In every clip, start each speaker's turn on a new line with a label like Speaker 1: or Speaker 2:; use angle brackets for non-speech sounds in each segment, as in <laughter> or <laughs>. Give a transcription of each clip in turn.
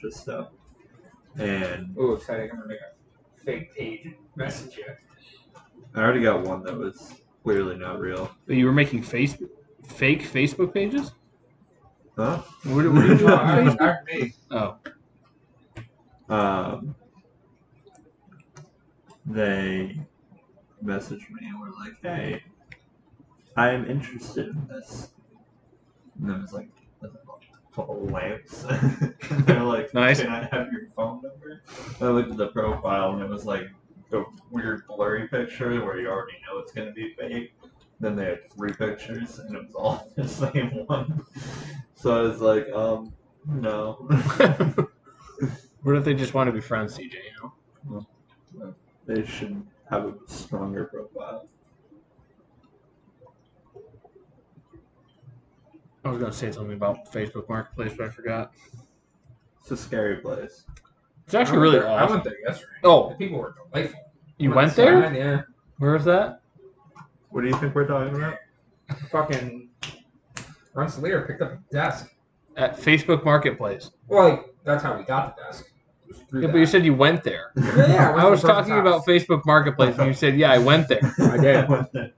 Speaker 1: this stuff. And
Speaker 2: Ooh, exciting! I'm gonna make a fake page and message
Speaker 3: <laughs>
Speaker 2: you.
Speaker 1: I already got one that was clearly not real.
Speaker 3: You were making face fake Facebook pages?
Speaker 1: Huh?
Speaker 3: What, what are you doing
Speaker 2: No,
Speaker 3: on
Speaker 2: aren't,
Speaker 3: <laughs> Facebook?
Speaker 2: aren't me.
Speaker 3: Oh,
Speaker 1: Um, they messaged me and were like, hey, I am interested in this. And I was like, a couple lamps. <laughs> They're like,
Speaker 3: Nice.
Speaker 1: can I have your phone number? I looked at the profile and it was like a weird blurry picture where you already know it's going to be fake. Then they had three pictures and it was all <laughs> the same one. So I was like, um, no. <laughs>
Speaker 3: what if they just want to be friends, CJ? You know,
Speaker 1: they should have a stronger profile.
Speaker 3: I was gonna say something about Facebook Marketplace, but I forgot.
Speaker 1: It's a scary place.
Speaker 3: It's actually really
Speaker 2: I went there- I
Speaker 3: awesome.
Speaker 2: went there yesterday. The
Speaker 3: Oh,
Speaker 2: people were delightful.
Speaker 3: you
Speaker 2: Went
Speaker 3: went there?
Speaker 2: inside, Yeah.
Speaker 3: Where is that?
Speaker 1: What do you think we're talking about?
Speaker 2: Fucking Rensselaer picked up a desk.
Speaker 3: At Facebook Marketplace.
Speaker 2: Well, like, that's how we got the desk. was through
Speaker 3: Yeah, but
Speaker 2: that.
Speaker 3: you said you went there.
Speaker 2: yeah,
Speaker 1: <laughs>
Speaker 2: yeah, it
Speaker 3: I was
Speaker 2: the person's
Speaker 3: talking
Speaker 2: house.
Speaker 3: about Facebook Marketplace, and you said, "Yeah, I went <laughs> there."
Speaker 2: I
Speaker 1: <laughs>
Speaker 2: did.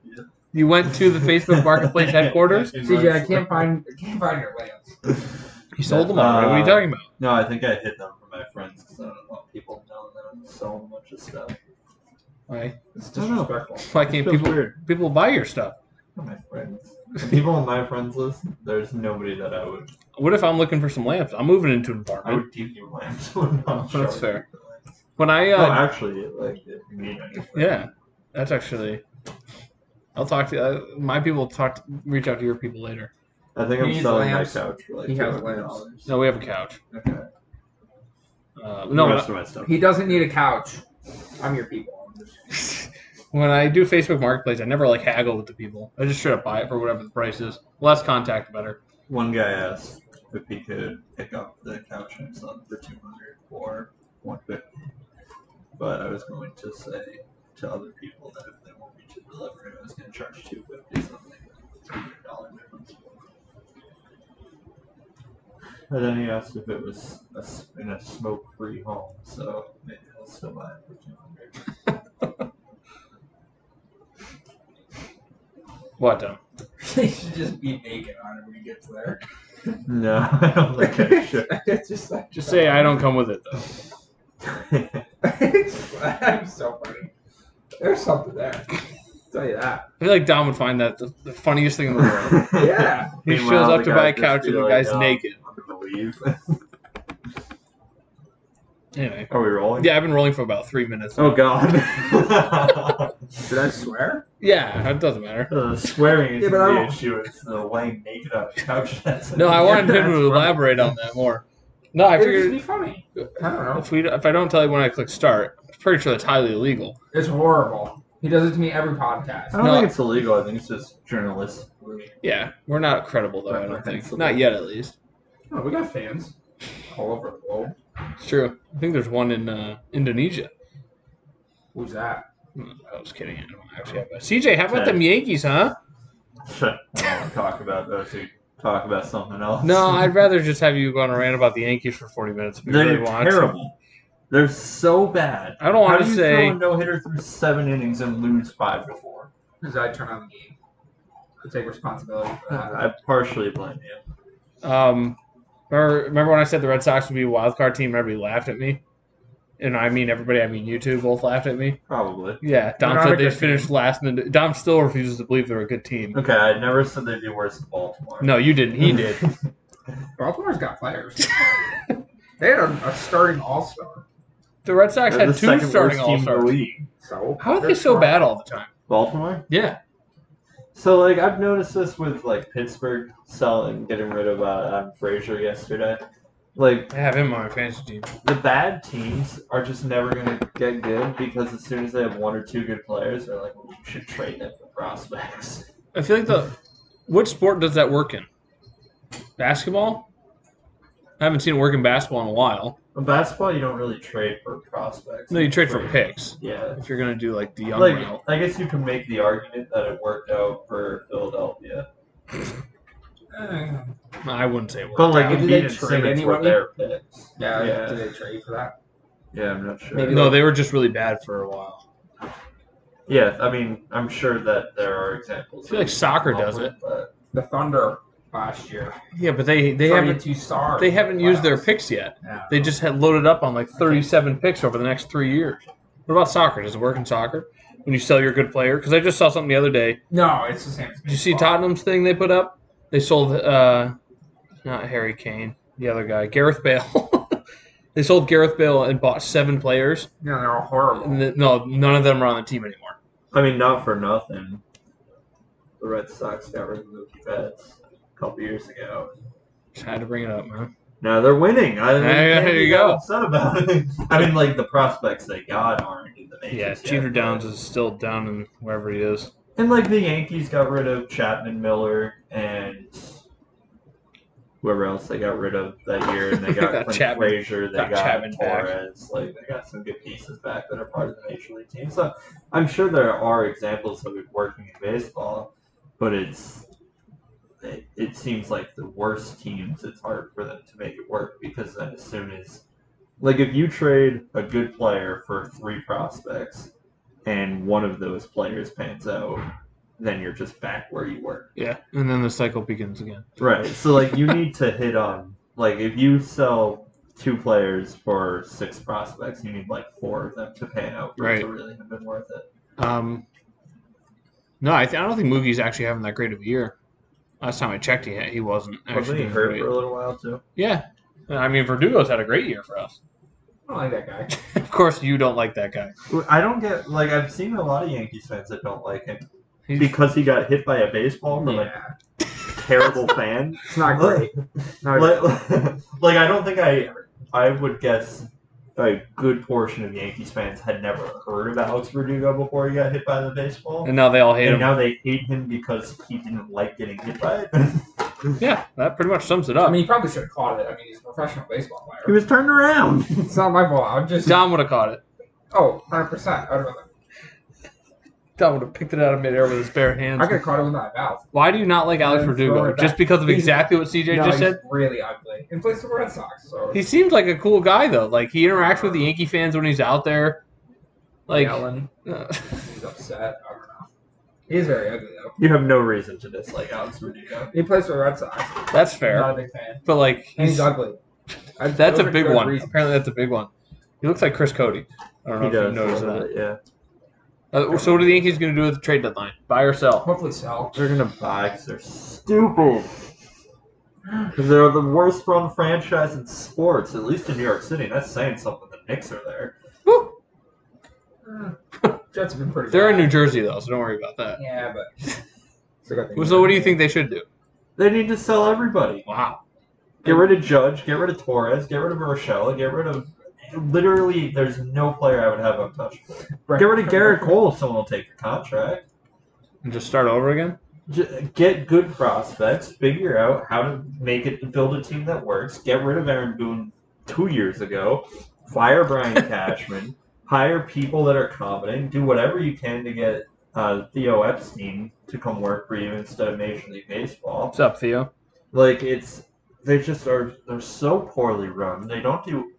Speaker 3: You went to the Facebook Marketplace <laughs> headquarters.
Speaker 2: CJ, I can't find I can't find your lamps.
Speaker 3: You sold them already. What are you talking about?
Speaker 1: No, I think I hid them for my friends because I don't want people knowing that I'm selling a bunch of stuff.
Speaker 3: Why?
Speaker 2: It's
Speaker 1: I don't know.
Speaker 2: disrespectful.
Speaker 3: Why can't
Speaker 1: Feels
Speaker 3: people
Speaker 1: weird.
Speaker 3: people buy your stuff?
Speaker 1: Not my friends. The people on my friends list, there's nobody that I would
Speaker 3: What if I'm looking for some lamps? I'm moving into an
Speaker 1: I
Speaker 3: apartment.
Speaker 1: would give you <laughs> lamps when I'm
Speaker 3: That's
Speaker 1: showing
Speaker 3: fair.
Speaker 1: you the lamps.
Speaker 3: When I
Speaker 1: No,
Speaker 3: uh,
Speaker 1: actually, like if you need anything.
Speaker 3: yeah, that's actually. I'll talk to uh, my people. Talk, to, reach out to your people later.
Speaker 1: I think
Speaker 2: He
Speaker 1: I'm
Speaker 2: needs
Speaker 1: selling
Speaker 2: lamps.
Speaker 1: my couch for like
Speaker 2: He has
Speaker 1: $200.
Speaker 3: No, we have a couch.
Speaker 1: Okay.
Speaker 3: Uh,
Speaker 1: No, the
Speaker 3: no,
Speaker 1: rest of my stuff.
Speaker 2: He doesn't need a couch. I'm your people. <laughs> I'm just-
Speaker 3: <laughs> when I do Facebook Marketplace, I never like haggle with the people. I just straight up buy it for whatever the price is. Less contact, better.
Speaker 1: One guy asked if he could pick up the couch himself for two hundred or one fifty. But I was going to say to other people that if they want me to deliver it, I was gonna charge two fifty something. $200 difference. And then he asked if it was a s in a smoke-free home, so maybe he'll still buy it for two hundred.
Speaker 3: What? Tom?
Speaker 2: he should just be naked on it when he gets there.
Speaker 1: No, <laughs> I don't think I should.
Speaker 2: <laughs> It's just like
Speaker 3: Just say I don't come with it though.
Speaker 2: <laughs> I'm so funny. There's something there. tell you that.
Speaker 3: I feel like Dom would find that the, the funniest thing in the
Speaker 1: <laughs>
Speaker 3: world.
Speaker 2: Yeah.
Speaker 3: He
Speaker 1: Meanwhile,
Speaker 3: shows up
Speaker 1: the
Speaker 3: to
Speaker 1: guy
Speaker 3: buy a
Speaker 1: just
Speaker 3: couch
Speaker 1: be
Speaker 3: and the
Speaker 1: like,
Speaker 3: guy's
Speaker 1: "Um,
Speaker 3: naked.
Speaker 1: I'm gonna leave.
Speaker 3: Anyway.
Speaker 1: Are we rolling?
Speaker 3: Yeah, I've been rolling for about three minutes.
Speaker 1: Oh God. <laughs>
Speaker 2: Did I swear?
Speaker 3: Yeah, it doesn't matter.
Speaker 1: Uh, swearing
Speaker 2: Yeah,
Speaker 1: is
Speaker 2: but I
Speaker 1: the
Speaker 2: don't-
Speaker 1: issue. It's the laying naked <laughs> on the couch. That's
Speaker 3: No, I
Speaker 1: <laughs>
Speaker 3: wanted him
Speaker 1: That's
Speaker 3: to elaborate on that more. No, I
Speaker 2: It'd just be
Speaker 3: figured
Speaker 2: funny. I don't know.
Speaker 3: if we if I don't tell you when I click start, I'm pretty sure that's highly illegal.
Speaker 2: It's horrible. He does it to me every
Speaker 1: I
Speaker 2: podcast.
Speaker 1: don't
Speaker 3: No.
Speaker 1: think it's illegal. I think it's just journalists.
Speaker 3: Yeah, we're not credible though. I don't think not yet at least.
Speaker 2: Oh, we got fans all over the globe.
Speaker 3: It's true. I think there's one in uh, Indonesia.
Speaker 2: Who's that?
Speaker 3: Hmm, I was kidding. I don't actually have a CJ. How about them Yankees, huh?
Speaker 1: <laughs> I don't want to talk about those. We talk about something else.
Speaker 3: No,
Speaker 1: <laughs>
Speaker 3: I'd rather just have you go on a rant about the Yankees for 40 minutes. If you
Speaker 1: they're
Speaker 3: <laughs> really want to.
Speaker 1: terrible. They're so bad.
Speaker 3: I don't want
Speaker 1: How
Speaker 3: to
Speaker 1: do you
Speaker 3: say.
Speaker 1: throw a no hitter through seven innings and lose five to four?
Speaker 2: Because I turn on the game. I take responsibility for that.
Speaker 1: Uh,
Speaker 3: Uh-huh.
Speaker 1: I partially blame you.
Speaker 3: Um, remember, remember when I said the Red Sox would be a wild card team? and Everybody laughed at me, and I mean everybody. I mean you two both laughed at me.
Speaker 1: Probably.
Speaker 3: Yeah, Dom
Speaker 2: They're not a
Speaker 3: said they
Speaker 2: good
Speaker 3: finished last, and then Dom still refuses to believe they're a good team.
Speaker 1: Okay, I never said they'd be worse than Baltimore.
Speaker 3: No, you didn't.
Speaker 2: <laughs>
Speaker 1: <laughs>
Speaker 3: He did.
Speaker 2: Baltimore's got players.
Speaker 3: <laughs>
Speaker 2: they had a, a starting all star.
Speaker 3: The Red Sox
Speaker 1: They're
Speaker 3: had
Speaker 1: the
Speaker 3: two
Speaker 1: second
Speaker 3: starting
Speaker 1: worst team
Speaker 3: all
Speaker 1: in the
Speaker 3: stars.
Speaker 1: league.
Speaker 2: So
Speaker 3: How are they
Speaker 2: they're
Speaker 3: so
Speaker 2: strong.
Speaker 3: bad all the time?
Speaker 1: Baltimore.
Speaker 3: Yeah,
Speaker 1: So like I've noticed this with like Pittsburgh selling getting rid of uh, Adam Frazier yesterday. Like
Speaker 3: I have him on my fantasy team.
Speaker 1: the bad teams are just never gonna get good because as soon as they have one or two good players, they're like, well, we should trade them for prospects.
Speaker 3: I feel like the what sport does that work in? Basketball. I haven't seen it work in basketball in a while.
Speaker 1: In basketball, you don't really trade for prospects.
Speaker 3: No, you trade for picks
Speaker 1: Yeah.
Speaker 3: if you're gonna do like the young
Speaker 1: Like
Speaker 3: route.
Speaker 1: I guess you can make the argument that it worked out for Philadelphia.
Speaker 2: Eh,
Speaker 3: I wouldn't say it worked
Speaker 4: But like,
Speaker 3: out.
Speaker 2: Yeah,
Speaker 4: did
Speaker 3: He
Speaker 4: they
Speaker 3: and
Speaker 4: trade
Speaker 3: Simmons
Speaker 4: anyone?
Speaker 3: were there.
Speaker 1: Yeah,
Speaker 2: yeah,
Speaker 1: Yeah.
Speaker 2: Did they trade for that?
Speaker 1: yeah, I'm not sure.
Speaker 4: Maybe-
Speaker 3: No, they were just really bad for a while.
Speaker 4: Yeah, I mean, I'm sure that there are examples.
Speaker 3: I feel like
Speaker 4: of-
Speaker 3: soccer does it.
Speaker 1: But
Speaker 2: The Thunder last year.
Speaker 3: Yeah, but they they haven't
Speaker 2: two stars.
Speaker 3: they haven't used their picks yet.
Speaker 2: Yeah.
Speaker 3: They just had loaded up on like 37 picks over the next three years. What about soccer? Does it work in soccer when you sell your good player? Because I just saw something the other day.
Speaker 2: No, it's the same. as
Speaker 3: Did you see
Speaker 2: baseball.
Speaker 3: Tottenham's thing they put up? They sold uh, not Harry Kane, the other guy, Gareth Bale. <laughs> they sold Gareth Bale and bought seven players.
Speaker 2: Yeah, they're all horrible.
Speaker 3: And th- no, none of them are on the team anymore.
Speaker 4: I mean, not for nothing.
Speaker 1: the Red Sox got rid of Mookie Betts a couple years ago.
Speaker 3: Just had to bring it up, man.
Speaker 4: Now they're winning. I mean,
Speaker 3: Hey,
Speaker 4: can't
Speaker 3: there
Speaker 4: be
Speaker 3: you
Speaker 4: that
Speaker 3: go.
Speaker 4: Upset about it.
Speaker 1: <laughs> I mean, like the prospects they got aren't in the majors.
Speaker 3: Yeah,
Speaker 1: yet,
Speaker 3: Cheater
Speaker 1: but-
Speaker 3: Downs is still down in wherever he is.
Speaker 4: And like the Yankees got rid of Chapman Miller and
Speaker 1: whoever else they got rid of that year,
Speaker 3: <laughs>
Speaker 1: and they
Speaker 3: They
Speaker 1: got,
Speaker 3: got
Speaker 1: Clint
Speaker 3: Chapman-
Speaker 1: Frazier, they
Speaker 3: got
Speaker 1: got,
Speaker 3: Chapman back.
Speaker 1: Torres. Like they got some good pieces back that are part of the major league team. So I'm sure there are examples of it working in baseball, but it's it, it seems like the worst teams. It's hard for them to make it work because then as soon as like if you trade a good player for three prospects and one of those players pans out, then you're just back where you were.
Speaker 3: Yeah, and then the cycle begins again.
Speaker 4: right.
Speaker 1: Right. <laughs> So like you need to hit on like if you sell two players for six prospects, you need like four of them to pan out for it to
Speaker 3: Right.
Speaker 1: really have been worth it.
Speaker 3: Um, no, I, th- I don't think Moogie's actually having that great of a year. Last time I checked, he he wasn't
Speaker 1: Wasn't
Speaker 3: actually.
Speaker 1: he
Speaker 3: doing
Speaker 1: hurt
Speaker 3: great.
Speaker 1: for a little while too?
Speaker 3: Yeah, I mean Verdugo's had a great year for us.
Speaker 2: I don't like that guy.
Speaker 3: of course, you don't like that guy.
Speaker 1: I don't get like I've seen a lot of Yankees fans that don't like him
Speaker 3: He's,
Speaker 1: because he got hit by a baseball from
Speaker 2: Yeah,
Speaker 1: a
Speaker 3: <laughs>
Speaker 1: terrible fan.
Speaker 2: it's not great. Not
Speaker 1: Like, like <laughs> I don't think I I would guess a good portion of Yankees fans had never heard of Alex Verdugo before he got hit by the baseball.
Speaker 3: and now they all hate
Speaker 1: and
Speaker 3: him.
Speaker 1: now they hate him because he didn't like getting hit by it.
Speaker 3: yeah, that pretty much sums it up.
Speaker 2: I mean, he probably should have caught it. I mean, he's a professional baseball
Speaker 4: <laughs> He
Speaker 2: player.
Speaker 4: was turned around.
Speaker 2: It's not my fault. I'm just
Speaker 3: Dom would have caught it.
Speaker 2: oh, 100 percent. I would have.
Speaker 3: Dom would have picked it out of midair with his bare
Speaker 2: I
Speaker 3: hands.
Speaker 2: could have caught it with my mouth.
Speaker 3: Why do you not like Alex
Speaker 2: I'm throwing
Speaker 3: Verdugo?
Speaker 2: it
Speaker 3: Just
Speaker 2: back.
Speaker 3: because of
Speaker 2: He's-
Speaker 3: exactly what CJ
Speaker 2: no,
Speaker 3: just
Speaker 2: he's
Speaker 3: said?
Speaker 2: really ugly. And plays for the Red Sox. So
Speaker 3: He seems like a cool guy though. Like he interacts with the Yankee fans when he's out there. Like
Speaker 2: yelling.
Speaker 3: uh,
Speaker 2: He's upset. I don't know. He's very ugly though.
Speaker 4: You have no reason to
Speaker 1: dislike Alex Verdugo.
Speaker 2: He plays for the Red Sox.
Speaker 3: that's
Speaker 2: I'm
Speaker 3: fair.
Speaker 2: Not a big fan.
Speaker 3: But like
Speaker 2: And
Speaker 3: he's,
Speaker 2: he's ugly. I-
Speaker 3: <laughs> that's a
Speaker 2: those are
Speaker 3: big
Speaker 2: good
Speaker 3: one.
Speaker 2: reasons.
Speaker 3: Apparently that's a big one. He looks like Chris Cody. I don't know
Speaker 4: He
Speaker 3: if
Speaker 4: does
Speaker 3: you noticed that.
Speaker 4: yeah.
Speaker 3: Uh, so what are the Yankees going to do with the trade deadline? Buy or sell?
Speaker 2: Hopefully, so.
Speaker 3: <laughs>
Speaker 4: They're gonna buy because they're stupid.
Speaker 1: Because they're the worst run franchise in sports, at least in New York City. That's saying something. The Knicks are there.
Speaker 3: Woo!
Speaker 2: Jets have been pretty.
Speaker 3: They're in
Speaker 2: bad.
Speaker 3: New Jersey though, so don't worry about that.
Speaker 2: Yeah,
Speaker 3: <laughs>
Speaker 2: but. it's a good thing.
Speaker 3: So what do you think they should do?
Speaker 1: They need to sell everybody.
Speaker 3: Wow.
Speaker 1: Get rid of Judge, get rid of Torres, get rid of Rochelle, get rid of. Literally, there's no player I would have untouchable.
Speaker 2: Right.
Speaker 1: Get rid of Garrett
Speaker 2: <laughs>
Speaker 1: Cole, someone will take the contract.
Speaker 3: And just start over again?
Speaker 1: J- get good prospects, figure out how to make it, build a team that works. Get rid of Aaron Boone two years ago, fire
Speaker 3: <laughs>
Speaker 1: Brian Cashman, hire people that are competent, do whatever you can to get uh, Theo Epstein to come work for you instead of Major League Baseball.
Speaker 3: What's up, Theo?
Speaker 1: Like it's they just are they're so poorly run. They don't do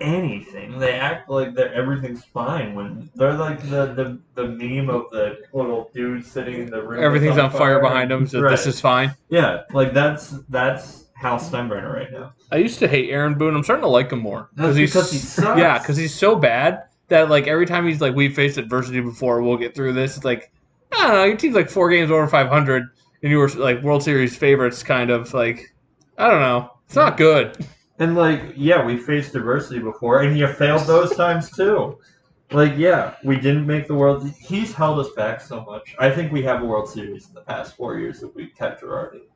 Speaker 1: anything. They act like they're everything's fine when they're like the the, the meme of the little dude sitting in the room. that's
Speaker 3: Everything's on fire behind him, so
Speaker 1: Right.
Speaker 3: this is fine.
Speaker 1: Yeah, like that's that's Hal Steinbrenner right now.
Speaker 3: I used to hate Aaron Boone. I'm starting to like him more.
Speaker 1: That's because he sucks.
Speaker 3: Yeah, because he's so bad that like every time he's like, we've faced adversity before, we'll get through this. It's like, I don't know, your team's like four games over 500, and you were like World Series favorites, kind of like, I don't know, it's not good.
Speaker 1: And like, yeah, we faced adversity before, and you failed those times too. Like, yeah, we didn't make the world. He's held us back so much. I think we have a World Series in the past four years that we kept Girardi.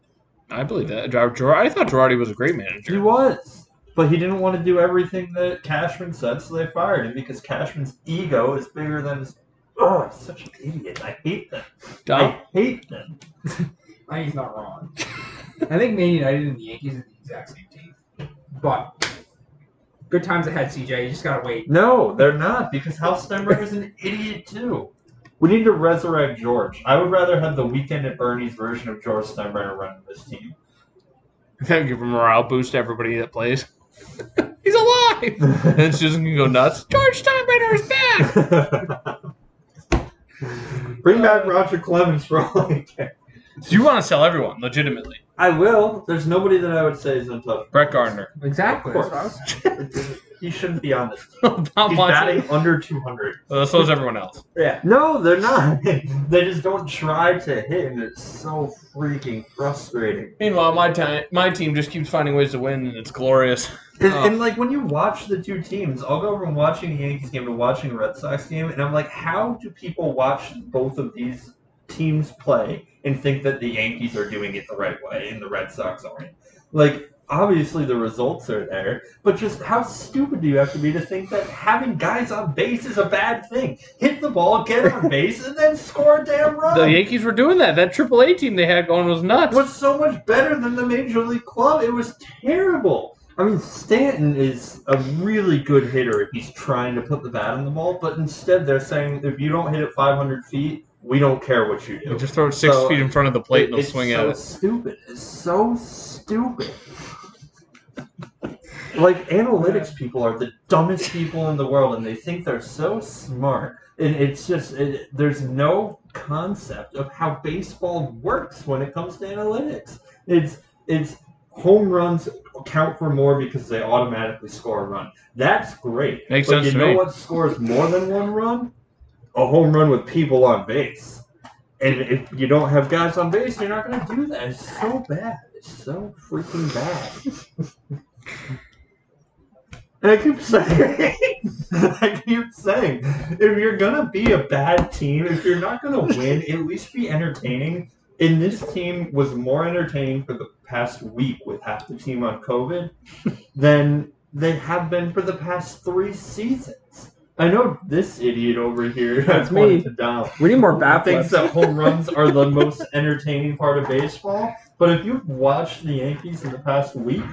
Speaker 3: I believe that. Ger- Ger- I thought Girardi was a great
Speaker 1: He
Speaker 3: manager.
Speaker 1: was, but he didn't want to do everything that Cashman said, so they fired him because Cashman's ego is bigger than his. Oh, he's such an idiot! I hate them.
Speaker 3: Dom,
Speaker 1: I hate them.
Speaker 2: I think he's not wrong. I think Man United and the Yankees are the exact same team. But good times ahead, CJ. You just gotta wait.
Speaker 1: No, they're not because Hal Steinbrenner's an idiot too. We need to resurrect George. I would rather have the weekend at Bernie's version of George Steinbrenner running this team
Speaker 3: That would <laughs> give a morale boost to everybody that plays. <laughs> He's alive! <laughs> And Susan can go nuts. George Steinbrenner is <laughs> back!
Speaker 1: <laughs> Bring back Roger Clemens for all I care.
Speaker 3: You want to sell everyone, legitimately.
Speaker 1: I will. There's nobody that I would say is untouchable.
Speaker 3: Brett Gardner.
Speaker 2: Exactly.
Speaker 1: Of course.
Speaker 2: that's what I was-
Speaker 1: he shouldn't be on this.
Speaker 3: <laughs>
Speaker 1: team.
Speaker 3: Tom
Speaker 1: He's
Speaker 3: Watson.
Speaker 1: batting under 200.
Speaker 3: Uh, so is everyone else.
Speaker 1: Yeah. No, they're not. <laughs> they just don't try to hit him. It's so freaking frustrating.
Speaker 3: Meanwhile, my, time, my team just keeps finding ways to win, and it's glorious.
Speaker 1: And,
Speaker 3: Oh.
Speaker 1: and like when you watch the two teams, I'll go from watching the Yankees game to watching the Red Sox game, and I'm like, how do people watch both of these teams play and think that the Yankees are doing it the right way and the Red Sox aren't? Like, obviously the results are there, but just how stupid do you have to be to think that having guys on base is a bad thing? Hit the ball, get
Speaker 3: <laughs>
Speaker 1: on base, and then score a damn run.
Speaker 3: The Yankees were doing that. That AAA team they had going was nuts.
Speaker 1: was so much better than the Major League Club. It was terrible. I mean, Stanton is a really good hitter if he's trying to put the bat in the ball, but instead they're saying if you don't hit it 500 feet, we don't care what you do.
Speaker 3: You just throw it six
Speaker 1: So,
Speaker 3: feet in front of the plate and
Speaker 1: It-
Speaker 3: they'll
Speaker 1: it's
Speaker 3: swing
Speaker 1: so
Speaker 3: at it.
Speaker 1: stupid. It's so stupid. like analytics people are the dumbest people in the world, and they think they're so smart. And it's just it, there's no concept of how baseball works when it comes to analytics. It's it's home runs count for more because they automatically score a run. That's great.
Speaker 3: Makes
Speaker 1: but
Speaker 3: sense
Speaker 1: you
Speaker 3: to
Speaker 1: know
Speaker 3: me.
Speaker 1: what scores more than one run? A home run with people on base. And if you don't have guys on base, you're not going to do that. It's so bad. It's so freaking bad. <laughs> And I keep saying, <laughs> I keep saying, if you're going to be a bad team, if you're not going to win, at least be entertaining. And this team was more entertaining for the past week with half the team on COVID than they have been for the past three seasons. I know this idiot over here <laughs>
Speaker 2: That's
Speaker 1: has pointed
Speaker 2: me.
Speaker 1: to down
Speaker 2: We need more bat
Speaker 1: thinks
Speaker 2: flips.
Speaker 1: that <laughs> home runs are the most entertaining part of baseball. But if you've watched the Yankees in the past week,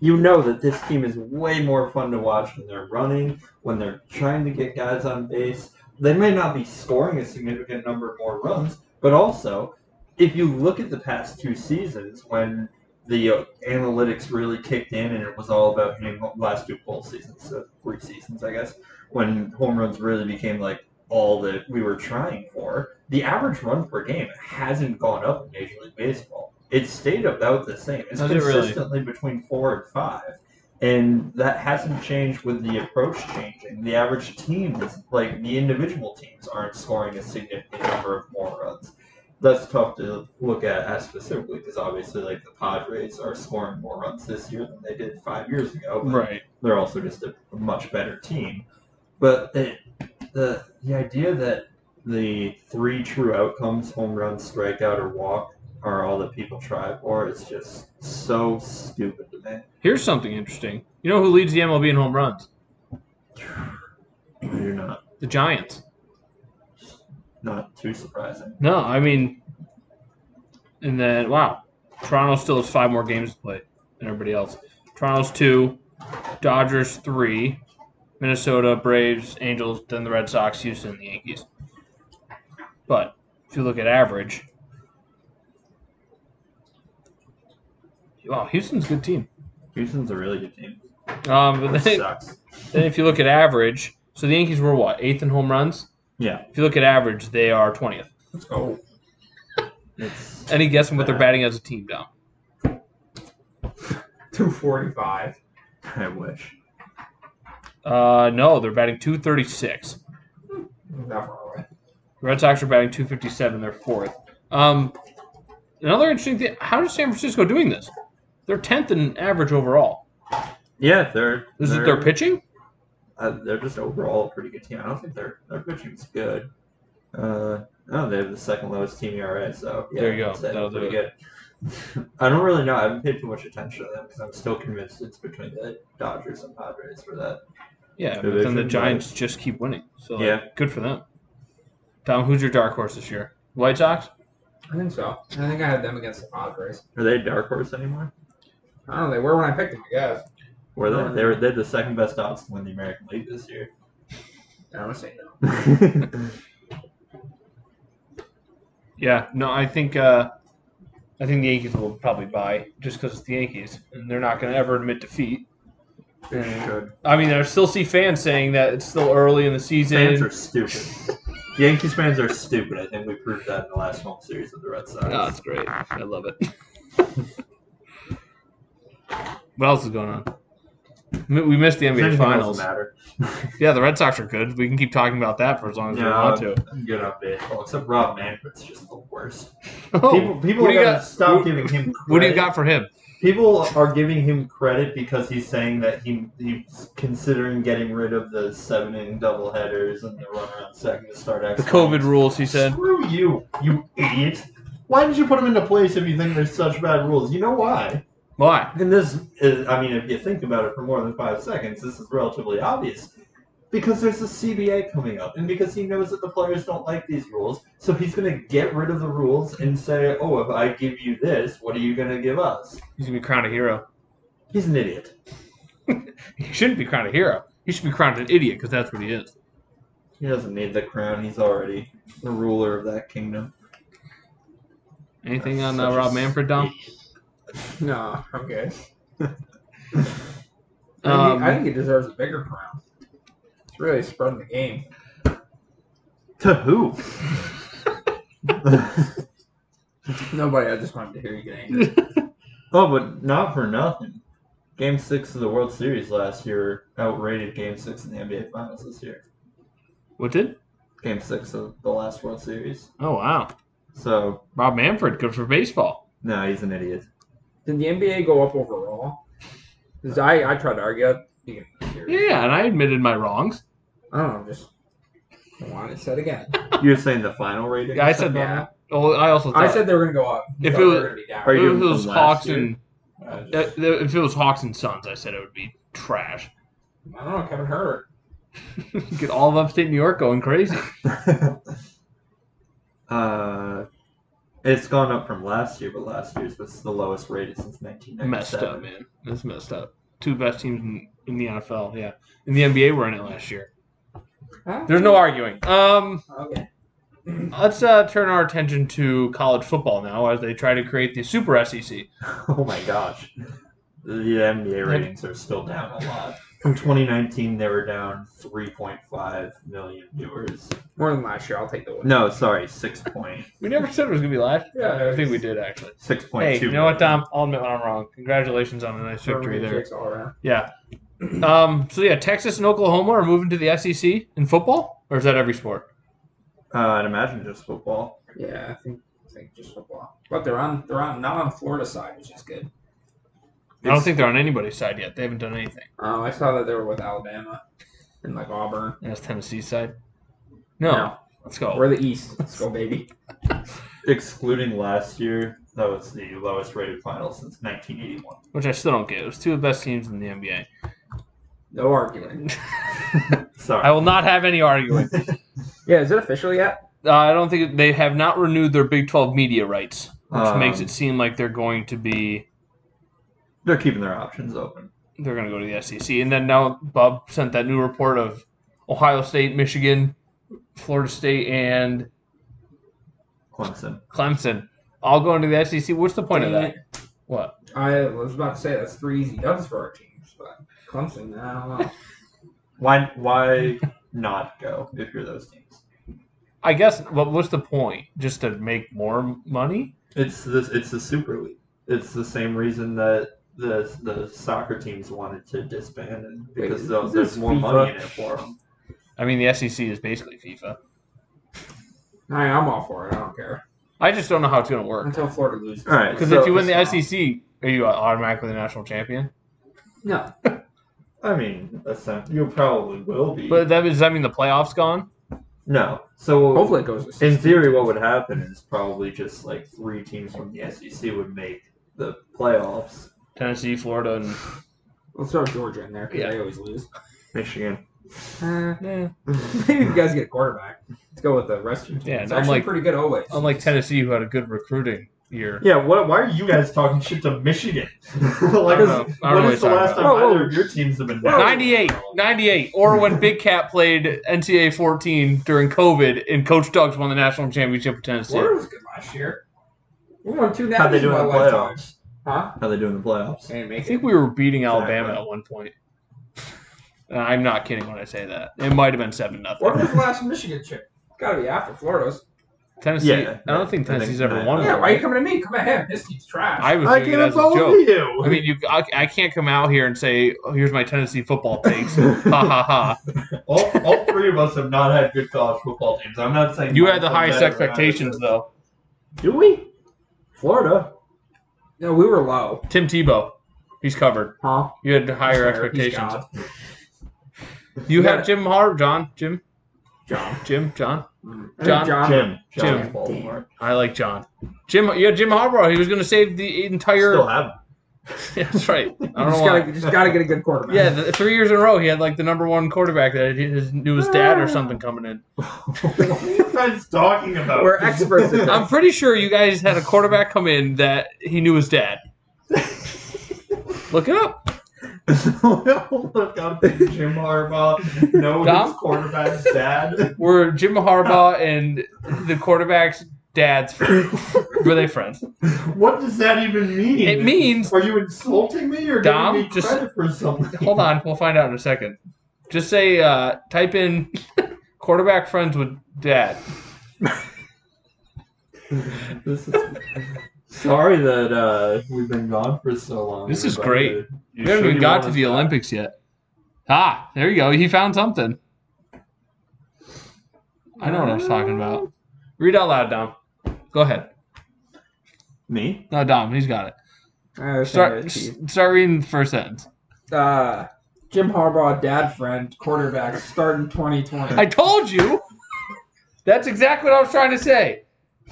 Speaker 1: you know that this team is way more fun to watch when they're running, when they're trying to get guys on base. They may not be scoring a significant number more runs, but also, if you look at the past two seasons when the uh, analytics really kicked in and it was all about hitting the last two full seasons, so three seasons, I guess, when home runs really became like all that we were trying for. The average run per game hasn't gone up in Major League Baseball. It's stayed about the same. It's
Speaker 3: Has it really?
Speaker 1: consistently between four and five. And that hasn't changed with the approach changing. The average team is like the individual teams aren't scoring a significant number of more runs. That's tough to look at as specifically because obviously like the Padres are scoring more runs this year than they did five years ago. but
Speaker 3: Right.
Speaker 1: they're also just a much better team. But it, the the idea that the three true outcomes home run, strikeout, or walk are all that people try for is just so stupid to me.
Speaker 3: Here's something interesting. You know who leads the MLB in home runs?
Speaker 1: You're not
Speaker 3: The Giants.
Speaker 1: not too surprising.
Speaker 3: No, I mean, and then wow, Toronto still has five more games to play than everybody else. Toronto's two, Dodgers three, Minnesota Braves, Angels, then the Red Sox, Houston, and the Yankees. But if you look at average, wow, Houston's a good team.
Speaker 1: Houston's a really good
Speaker 3: <laughs>
Speaker 1: team.
Speaker 3: Um, but
Speaker 1: It
Speaker 3: then,
Speaker 1: sucks.
Speaker 3: then if you look at average, so the Yankees were what eighth in home runs.
Speaker 1: Yeah.
Speaker 3: If you look at average, they are twentieth.
Speaker 1: Oh. It's
Speaker 3: Any guessing what they're batting as a team down?
Speaker 2: 245.
Speaker 1: I wish.
Speaker 3: Uh, no, they're batting 236.
Speaker 2: Not far away.
Speaker 3: The Red Sox are batting 257. They're fourth. Um, another interesting thing: How is San Francisco doing this? They're 10th in average overall.
Speaker 1: Yeah, they're
Speaker 3: Is
Speaker 1: they're,
Speaker 3: it their pitching?
Speaker 1: uh, they're just overall a pretty good team. I don't think their their pitching's good. Uh, no, they have the second lowest team ERA, so yeah,
Speaker 3: There you go.
Speaker 1: that's it.
Speaker 3: That'll do
Speaker 1: pretty good. <laughs> I don't really know. I haven't paid too much attention to them because I'm still convinced it's between the Dodgers and Padres for that.
Speaker 3: Yeah, but
Speaker 1: Division,
Speaker 3: then the
Speaker 1: right.
Speaker 3: Giants just keep winning. So like,
Speaker 1: Yeah.
Speaker 3: good for them. Tom, who's your dark horse this year? White Sox.
Speaker 2: I think so. I think I had them against the Padres.
Speaker 1: Are they a dark horse anymore?
Speaker 2: I don't know. They were when I picked them, I guess.
Speaker 1: Were they? They were. They're the second best odds to win the American League this
Speaker 3: <laughs>
Speaker 1: year. <laughs>
Speaker 2: I don't say no.
Speaker 3: Yeah, no, I think uh, I think the Yankees will probably buy just because it's the Yankees, and they're not going to ever admit defeat.
Speaker 1: They should.
Speaker 3: I mean, I still see fans saying that it's still early in the season.
Speaker 1: Fans are
Speaker 3: <laughs>
Speaker 1: stupid. Yankees fans are stupid. I think we proved that in the last home series of the Red Sox.
Speaker 3: Oh, it's great. I love it. <laughs> what else is going on? We we missed the
Speaker 1: Does
Speaker 3: NBA
Speaker 1: anything else
Speaker 3: Finals.
Speaker 1: matter?
Speaker 3: Yeah, the Red Sox are good. We can keep talking about that for as long as
Speaker 1: Yeah.
Speaker 3: we want to.
Speaker 1: Good update. Well, except Rob Manfred's just the worst.
Speaker 3: Oh,
Speaker 1: people people
Speaker 3: what do you
Speaker 1: gotta
Speaker 3: got-
Speaker 1: stop
Speaker 3: what-
Speaker 1: giving him. Credit.
Speaker 3: what do you got for him?
Speaker 1: People are giving him credit because he's saying that he he's considering getting rid of the seven inning double headers and the runner on second to start.
Speaker 3: The
Speaker 1: X
Speaker 3: COVID rules, he said.
Speaker 1: Screw you, you idiot! Why did you put them into place if you think there's such bad rules? You know why?
Speaker 3: Why?
Speaker 1: And this is, I mean, if you think about it for more than five seconds, this is relatively obvious. Because there's a CBA coming up, and because he knows that the players don't like these rules, so he's going to get rid of the rules and say, oh, if I give you this, what are you going to give us?
Speaker 3: He's gonna be crowned a hero.
Speaker 1: He's an idiot.
Speaker 3: He shouldn't be crowned a hero. He should be crowned an idiot because that's what he is.
Speaker 1: He doesn't need the crown, he's already the ruler of that kingdom.
Speaker 3: Anything
Speaker 1: That's
Speaker 3: on uh,
Speaker 1: such a
Speaker 3: Rob Manfred, Dom?
Speaker 2: No, I'm good. I, think,
Speaker 3: Um,
Speaker 2: I think he deserves a bigger crown. It's really spreading the game.
Speaker 1: To
Speaker 3: <laughs>
Speaker 1: who? <laughs>
Speaker 2: Nobody, I just wanted to hear you get angry.
Speaker 1: Oh, but not for nothing. Game six of the World Series last year outrated Game six in the NBA Finals this year.
Speaker 3: what did?
Speaker 1: Game six of the last World Series.
Speaker 3: Oh wow,
Speaker 1: So
Speaker 3: Rob Manfred, good for baseball.
Speaker 1: no, he's an idiot.
Speaker 2: Did the NBA go up overall? 'Cause I, I tried to argue. that. You can hear it.
Speaker 3: Yeah, and I admitted my wrongs.
Speaker 2: I don't know, just I want it said again.
Speaker 1: You're saying the final rating?
Speaker 3: I said
Speaker 2: Yeah.
Speaker 3: that. Oh, I also thought
Speaker 2: I said they were gonna go up. You
Speaker 3: If
Speaker 2: thought
Speaker 3: it
Speaker 2: they
Speaker 3: was-
Speaker 2: were gonna be down.
Speaker 1: Are
Speaker 3: if
Speaker 1: you-
Speaker 3: it was
Speaker 1: from
Speaker 3: Hawks
Speaker 1: last
Speaker 3: and
Speaker 1: I just-
Speaker 3: uh, if it was Hawks and Suns, I said it would be trash.
Speaker 2: I don't know, Kevin Hurt.
Speaker 3: <laughs> Get all of upstate New York going crazy.
Speaker 1: <laughs> uh, it's gone up from last year, but last year's was the lowest rated since
Speaker 3: <laughs> messed up,
Speaker 1: 1997.
Speaker 3: man. That's messed up. Two best teams in, in the NFL. Yeah, in the NBA were in it last year. There's no arguing. Um,
Speaker 2: Okay.
Speaker 3: let's uh, turn our attention to college football now, as they try to create the Super E SEC.
Speaker 1: <laughs> Oh my gosh, the NBA ratings are still down a lot. From 2019, they were down 3.5 million viewers.
Speaker 2: More than last year. I'll take the win.
Speaker 1: No, sorry, six point
Speaker 3: We never said it was gonna be last.
Speaker 2: Yeah,
Speaker 3: I think we did actually.
Speaker 1: six point two.
Speaker 3: Hey, you know what, Dom? I'll admit when I'm wrong. Congratulations on a nice victory
Speaker 2: Everyone
Speaker 3: there.
Speaker 2: takes all around.
Speaker 3: Yeah. <clears throat> Um, so yeah, Texas and Oklahoma are moving to the SEC in football, or is that every sport?
Speaker 1: Uh, I'd imagine just football.
Speaker 2: Yeah, I think I think just football. But they're on they're on not on Florida side, which is good.
Speaker 3: I don't
Speaker 1: It's-
Speaker 3: think they're on anybody's side yet. They haven't done anything.
Speaker 2: Um, I saw that they were with Alabama and like Auburn.
Speaker 3: And that's Tennessee's side. No, let's go.
Speaker 2: We're the East. Let's go, baby.
Speaker 1: excluding last year, that was the lowest rated final since 1981.
Speaker 3: Which I still don't get. It was two of the best teams in the NBA.
Speaker 2: No arguing.
Speaker 1: Sorry.
Speaker 3: <laughs> I will not have any arguing.
Speaker 2: Yeah, is it official yet?
Speaker 3: Uh, I don't think it- they have not renewed their Big 12 media rights, which
Speaker 1: Um,
Speaker 3: makes it seem like they're going to be
Speaker 1: <laughs> They're keeping their options open.
Speaker 3: they're going to go to the SEC. And then now Bob sent that new report of Ohio State, Michigan, Florida State, and
Speaker 1: Clemson.
Speaker 3: Clemson all going to the SEC. What's the point of
Speaker 2: Dang
Speaker 3: that? What?
Speaker 2: I was about to say that's three easy dubs for our teams, but Clemson, I don't know.
Speaker 1: Why? Why not go if you're those teams?
Speaker 3: I guess. What? What's the point? Just to make more money?
Speaker 1: It's this. It's the Super League. It's the same reason that the the soccer teams wanted to disband it because
Speaker 2: Wait,
Speaker 1: those,
Speaker 2: is
Speaker 1: there's
Speaker 2: this
Speaker 1: more
Speaker 2: FIFA?
Speaker 1: money in it for them.
Speaker 3: I mean, the SEC is basically FIFA.
Speaker 2: I, I'm all for it. I don't care
Speaker 3: I just don't know how it's going to work.
Speaker 2: until Florida loses.
Speaker 1: All right,
Speaker 3: Because
Speaker 1: So-
Speaker 3: if you win
Speaker 2: E
Speaker 3: the SEC, are you automatically the national champion?
Speaker 2: no,
Speaker 1: I mean, that's not, you probably will be.
Speaker 3: But that does that mean the playoffs gone?
Speaker 1: no. So
Speaker 2: hopefully it goes.
Speaker 1: In theory, what would happen is probably just like three teams from the SEC would make the playoffs.
Speaker 3: Tennessee, Florida, and
Speaker 2: Let's throw Georgia in there because
Speaker 3: Yeah.
Speaker 2: they always lose.
Speaker 1: Michigan.
Speaker 2: Uh, <laughs>
Speaker 3: Eh,
Speaker 2: maybe you guys get a quarterback. Let's go with the rest of your team.
Speaker 3: Yeah,
Speaker 2: it's
Speaker 3: and
Speaker 2: actually
Speaker 3: unlike-
Speaker 2: pretty good always.
Speaker 3: unlike Tennessee, who had a good recruiting year.
Speaker 1: <laughs> Yeah, what, why are you guys talking shit to Michigan? <laughs> like,
Speaker 3: don't know. I don't know
Speaker 1: when
Speaker 3: what
Speaker 1: is the
Speaker 3: you're talking
Speaker 1: last time
Speaker 2: about. Whoa,
Speaker 1: either
Speaker 2: whoa.
Speaker 1: of your teams have been down?
Speaker 3: 98, 98, or when Big Cat played NCAA 14 during COVID and Coach Doug's won the national championship with Tennessee.
Speaker 2: Florida was good last year. We won two
Speaker 1: How'd they
Speaker 2: nappies in
Speaker 1: do in
Speaker 2: my
Speaker 1: the
Speaker 2: lifetime.
Speaker 1: playoffs?
Speaker 2: Huh?
Speaker 1: How'd they do in the playoffs?
Speaker 2: They didn't
Speaker 3: I
Speaker 2: make it.
Speaker 3: think we were beating Alabama
Speaker 1: Exactly.
Speaker 3: at one point. <laughs> And I'm not kidding when I say that. It might have been seven
Speaker 2: What
Speaker 3: nothing.
Speaker 2: was the last Michigan chip? It's gotta be after Florida's.
Speaker 3: Tennessee.
Speaker 1: Yeah,
Speaker 3: I don't think
Speaker 1: I think-
Speaker 3: Tennessee's ever
Speaker 1: I-
Speaker 3: won.
Speaker 2: Yeah,
Speaker 3: one.
Speaker 2: why are you coming at me? Come at him. His team's trash.
Speaker 3: I was thinking it as a joke. I mean, you, I, I can't come out here and say, oh, "Here's my Tennessee football takes." ha
Speaker 1: <laughs>
Speaker 3: ha ha!
Speaker 1: all, all three of us have not had good college football teams. I'm not saying
Speaker 3: You
Speaker 1: mine
Speaker 3: had the
Speaker 1: are
Speaker 3: highest
Speaker 1: better than
Speaker 3: expectations,
Speaker 1: ours.
Speaker 3: though.
Speaker 1: Do we? Florida.
Speaker 2: no, we were low.
Speaker 3: Tim Tebow, he's covered.
Speaker 2: Huh?
Speaker 3: You had higher
Speaker 2: He's
Speaker 3: expectations.
Speaker 2: God.
Speaker 3: You
Speaker 2: Yeah.
Speaker 3: have Jim Harbaugh, John, Jim,
Speaker 2: John.
Speaker 3: Jim, John.
Speaker 2: I think
Speaker 3: John-
Speaker 1: Jim.
Speaker 3: Jim.
Speaker 1: Jim. Baltimore.
Speaker 3: I like John. Jim, yeah, Jim Harbaugh. He was going to save the
Speaker 1: Still
Speaker 3: <laughs> entire.
Speaker 1: have.
Speaker 3: That's right. I
Speaker 2: You
Speaker 3: don't know
Speaker 2: just
Speaker 3: why.
Speaker 2: gotta, you just gotta get a good quarterback.
Speaker 3: Yeah, the, three years in a row, he had like the number one quarterback that he- his knew his dad or something coming in.
Speaker 1: what are you guys talking about?
Speaker 2: We're experts at
Speaker 3: I'm pretty sure you guys had a quarterback come in that he knew his dad. Look it up.
Speaker 1: <laughs> We'll Look up Jim Harbaugh. No,
Speaker 3: Dom?
Speaker 1: his quarterback's dad.
Speaker 3: Were Jim Harbaugh and the quarterback's dads were they friends?
Speaker 1: What does that even mean?
Speaker 3: It means
Speaker 1: Are you insulting me or
Speaker 3: Dom,
Speaker 1: giving me
Speaker 3: just-
Speaker 1: credit for something?
Speaker 3: hold on, we'll find out in a second. Just say uh, type in quarterback friends with dad.
Speaker 1: This is... Sorry that uh, we've been gone for so long.
Speaker 3: This is
Speaker 1: everybody.
Speaker 3: great.
Speaker 1: You
Speaker 3: we haven't
Speaker 1: sure
Speaker 3: even
Speaker 1: you
Speaker 3: got
Speaker 1: want
Speaker 3: to
Speaker 1: us
Speaker 3: the
Speaker 1: back?
Speaker 3: Olympics yet. Ah, there you go. He found something. I know what I was talking about. Read out loud, Dom. Go ahead.
Speaker 1: Me?
Speaker 3: No, Dom, he's got it.
Speaker 2: I was thinking
Speaker 3: Start
Speaker 2: of
Speaker 3: s-
Speaker 2: Steve.
Speaker 3: start reading the first sentence.
Speaker 2: Uh, Jim Harbaugh, dad friend, quarterback, starting 2020.
Speaker 3: I told you. That's exactly what I was trying to say.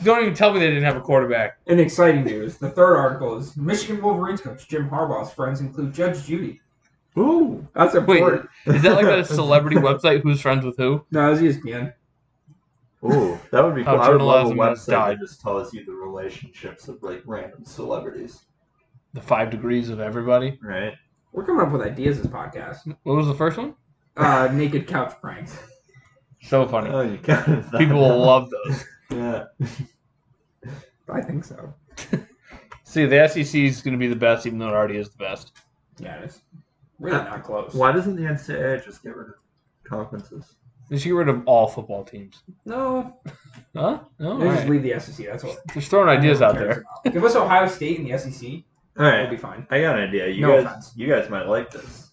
Speaker 3: Don't even tell me they didn't have a quarterback.
Speaker 2: In exciting news, the third article is Michigan Wolverines coach Jim Harbaugh's friends include Judge Judy.
Speaker 1: <laughs> Ooh.
Speaker 2: That's important.
Speaker 3: Is that
Speaker 2: <laughs>
Speaker 3: like a celebrity website who's friends with who?
Speaker 2: No, E it was ESPN.
Speaker 1: Ooh, that would be
Speaker 3: How
Speaker 1: cool. I would love a
Speaker 3: journalism has
Speaker 1: website that
Speaker 3: died.
Speaker 1: just tells you the relationships of like random celebrities,
Speaker 3: The five degrees of everybody.
Speaker 1: right?
Speaker 2: We're coming up with ideas this podcast.
Speaker 3: What was the first one?
Speaker 2: Uh, naked couch pranks.
Speaker 3: So funny.
Speaker 1: Oh, you <laughs> got
Speaker 2: Uh,
Speaker 1: that.
Speaker 2: <laughs>
Speaker 3: People will love those.
Speaker 1: Yeah.
Speaker 2: I think so.
Speaker 3: See, the SEC is going to be the best, even though it already is the best.
Speaker 2: Yeah, it's really not close.
Speaker 1: Why doesn't the NCAA just get rid of conferences?
Speaker 3: They should get rid of all football teams.
Speaker 2: No,
Speaker 3: Huh? No,
Speaker 2: they just leave the SEC. That's what.
Speaker 3: Just throwing ideas out there.
Speaker 2: Give us Ohio State and the SEC.
Speaker 1: All
Speaker 2: We'll
Speaker 1: right,
Speaker 2: be fine.
Speaker 1: I got an idea. You
Speaker 2: No
Speaker 1: guys,
Speaker 2: offense.
Speaker 1: you guys might like this.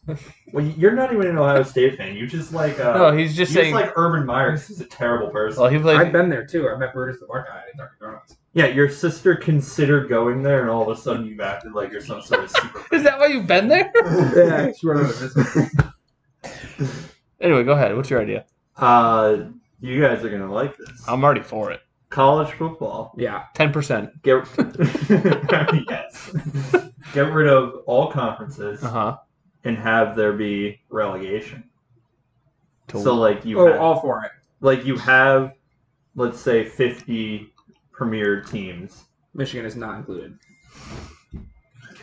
Speaker 1: Well, you're not even an Ohio State fan. You just like uh,
Speaker 3: No, he's just
Speaker 1: you
Speaker 3: saying.
Speaker 1: just like Urban Meyer. 'cause He's a terrible person.
Speaker 3: well, he played.
Speaker 2: I've been there too. I met Brutus the Buckeye at Dunkin' Donuts.
Speaker 1: <laughs> yeah, your sister considered going there, and all of a sudden you've acted like you're some sort of
Speaker 3: <laughs>
Speaker 1: super.
Speaker 3: is that why you've been there?
Speaker 2: Yeah, she wrote out of business.
Speaker 3: Anyway, go ahead. What's your idea?
Speaker 1: Uh, you guys are gonna like this.
Speaker 3: I'm already for it.
Speaker 1: College football.
Speaker 2: Yeah,
Speaker 3: Ten percent. <laughs>
Speaker 1: Get <laughs> yes. Get rid of all conferences
Speaker 3: Uh huh.
Speaker 1: and have there be relegation.
Speaker 3: To
Speaker 1: So like you
Speaker 2: oh,
Speaker 1: have,
Speaker 2: all for it.
Speaker 1: like you have let's say 50 premier teams.
Speaker 2: Michigan is not included.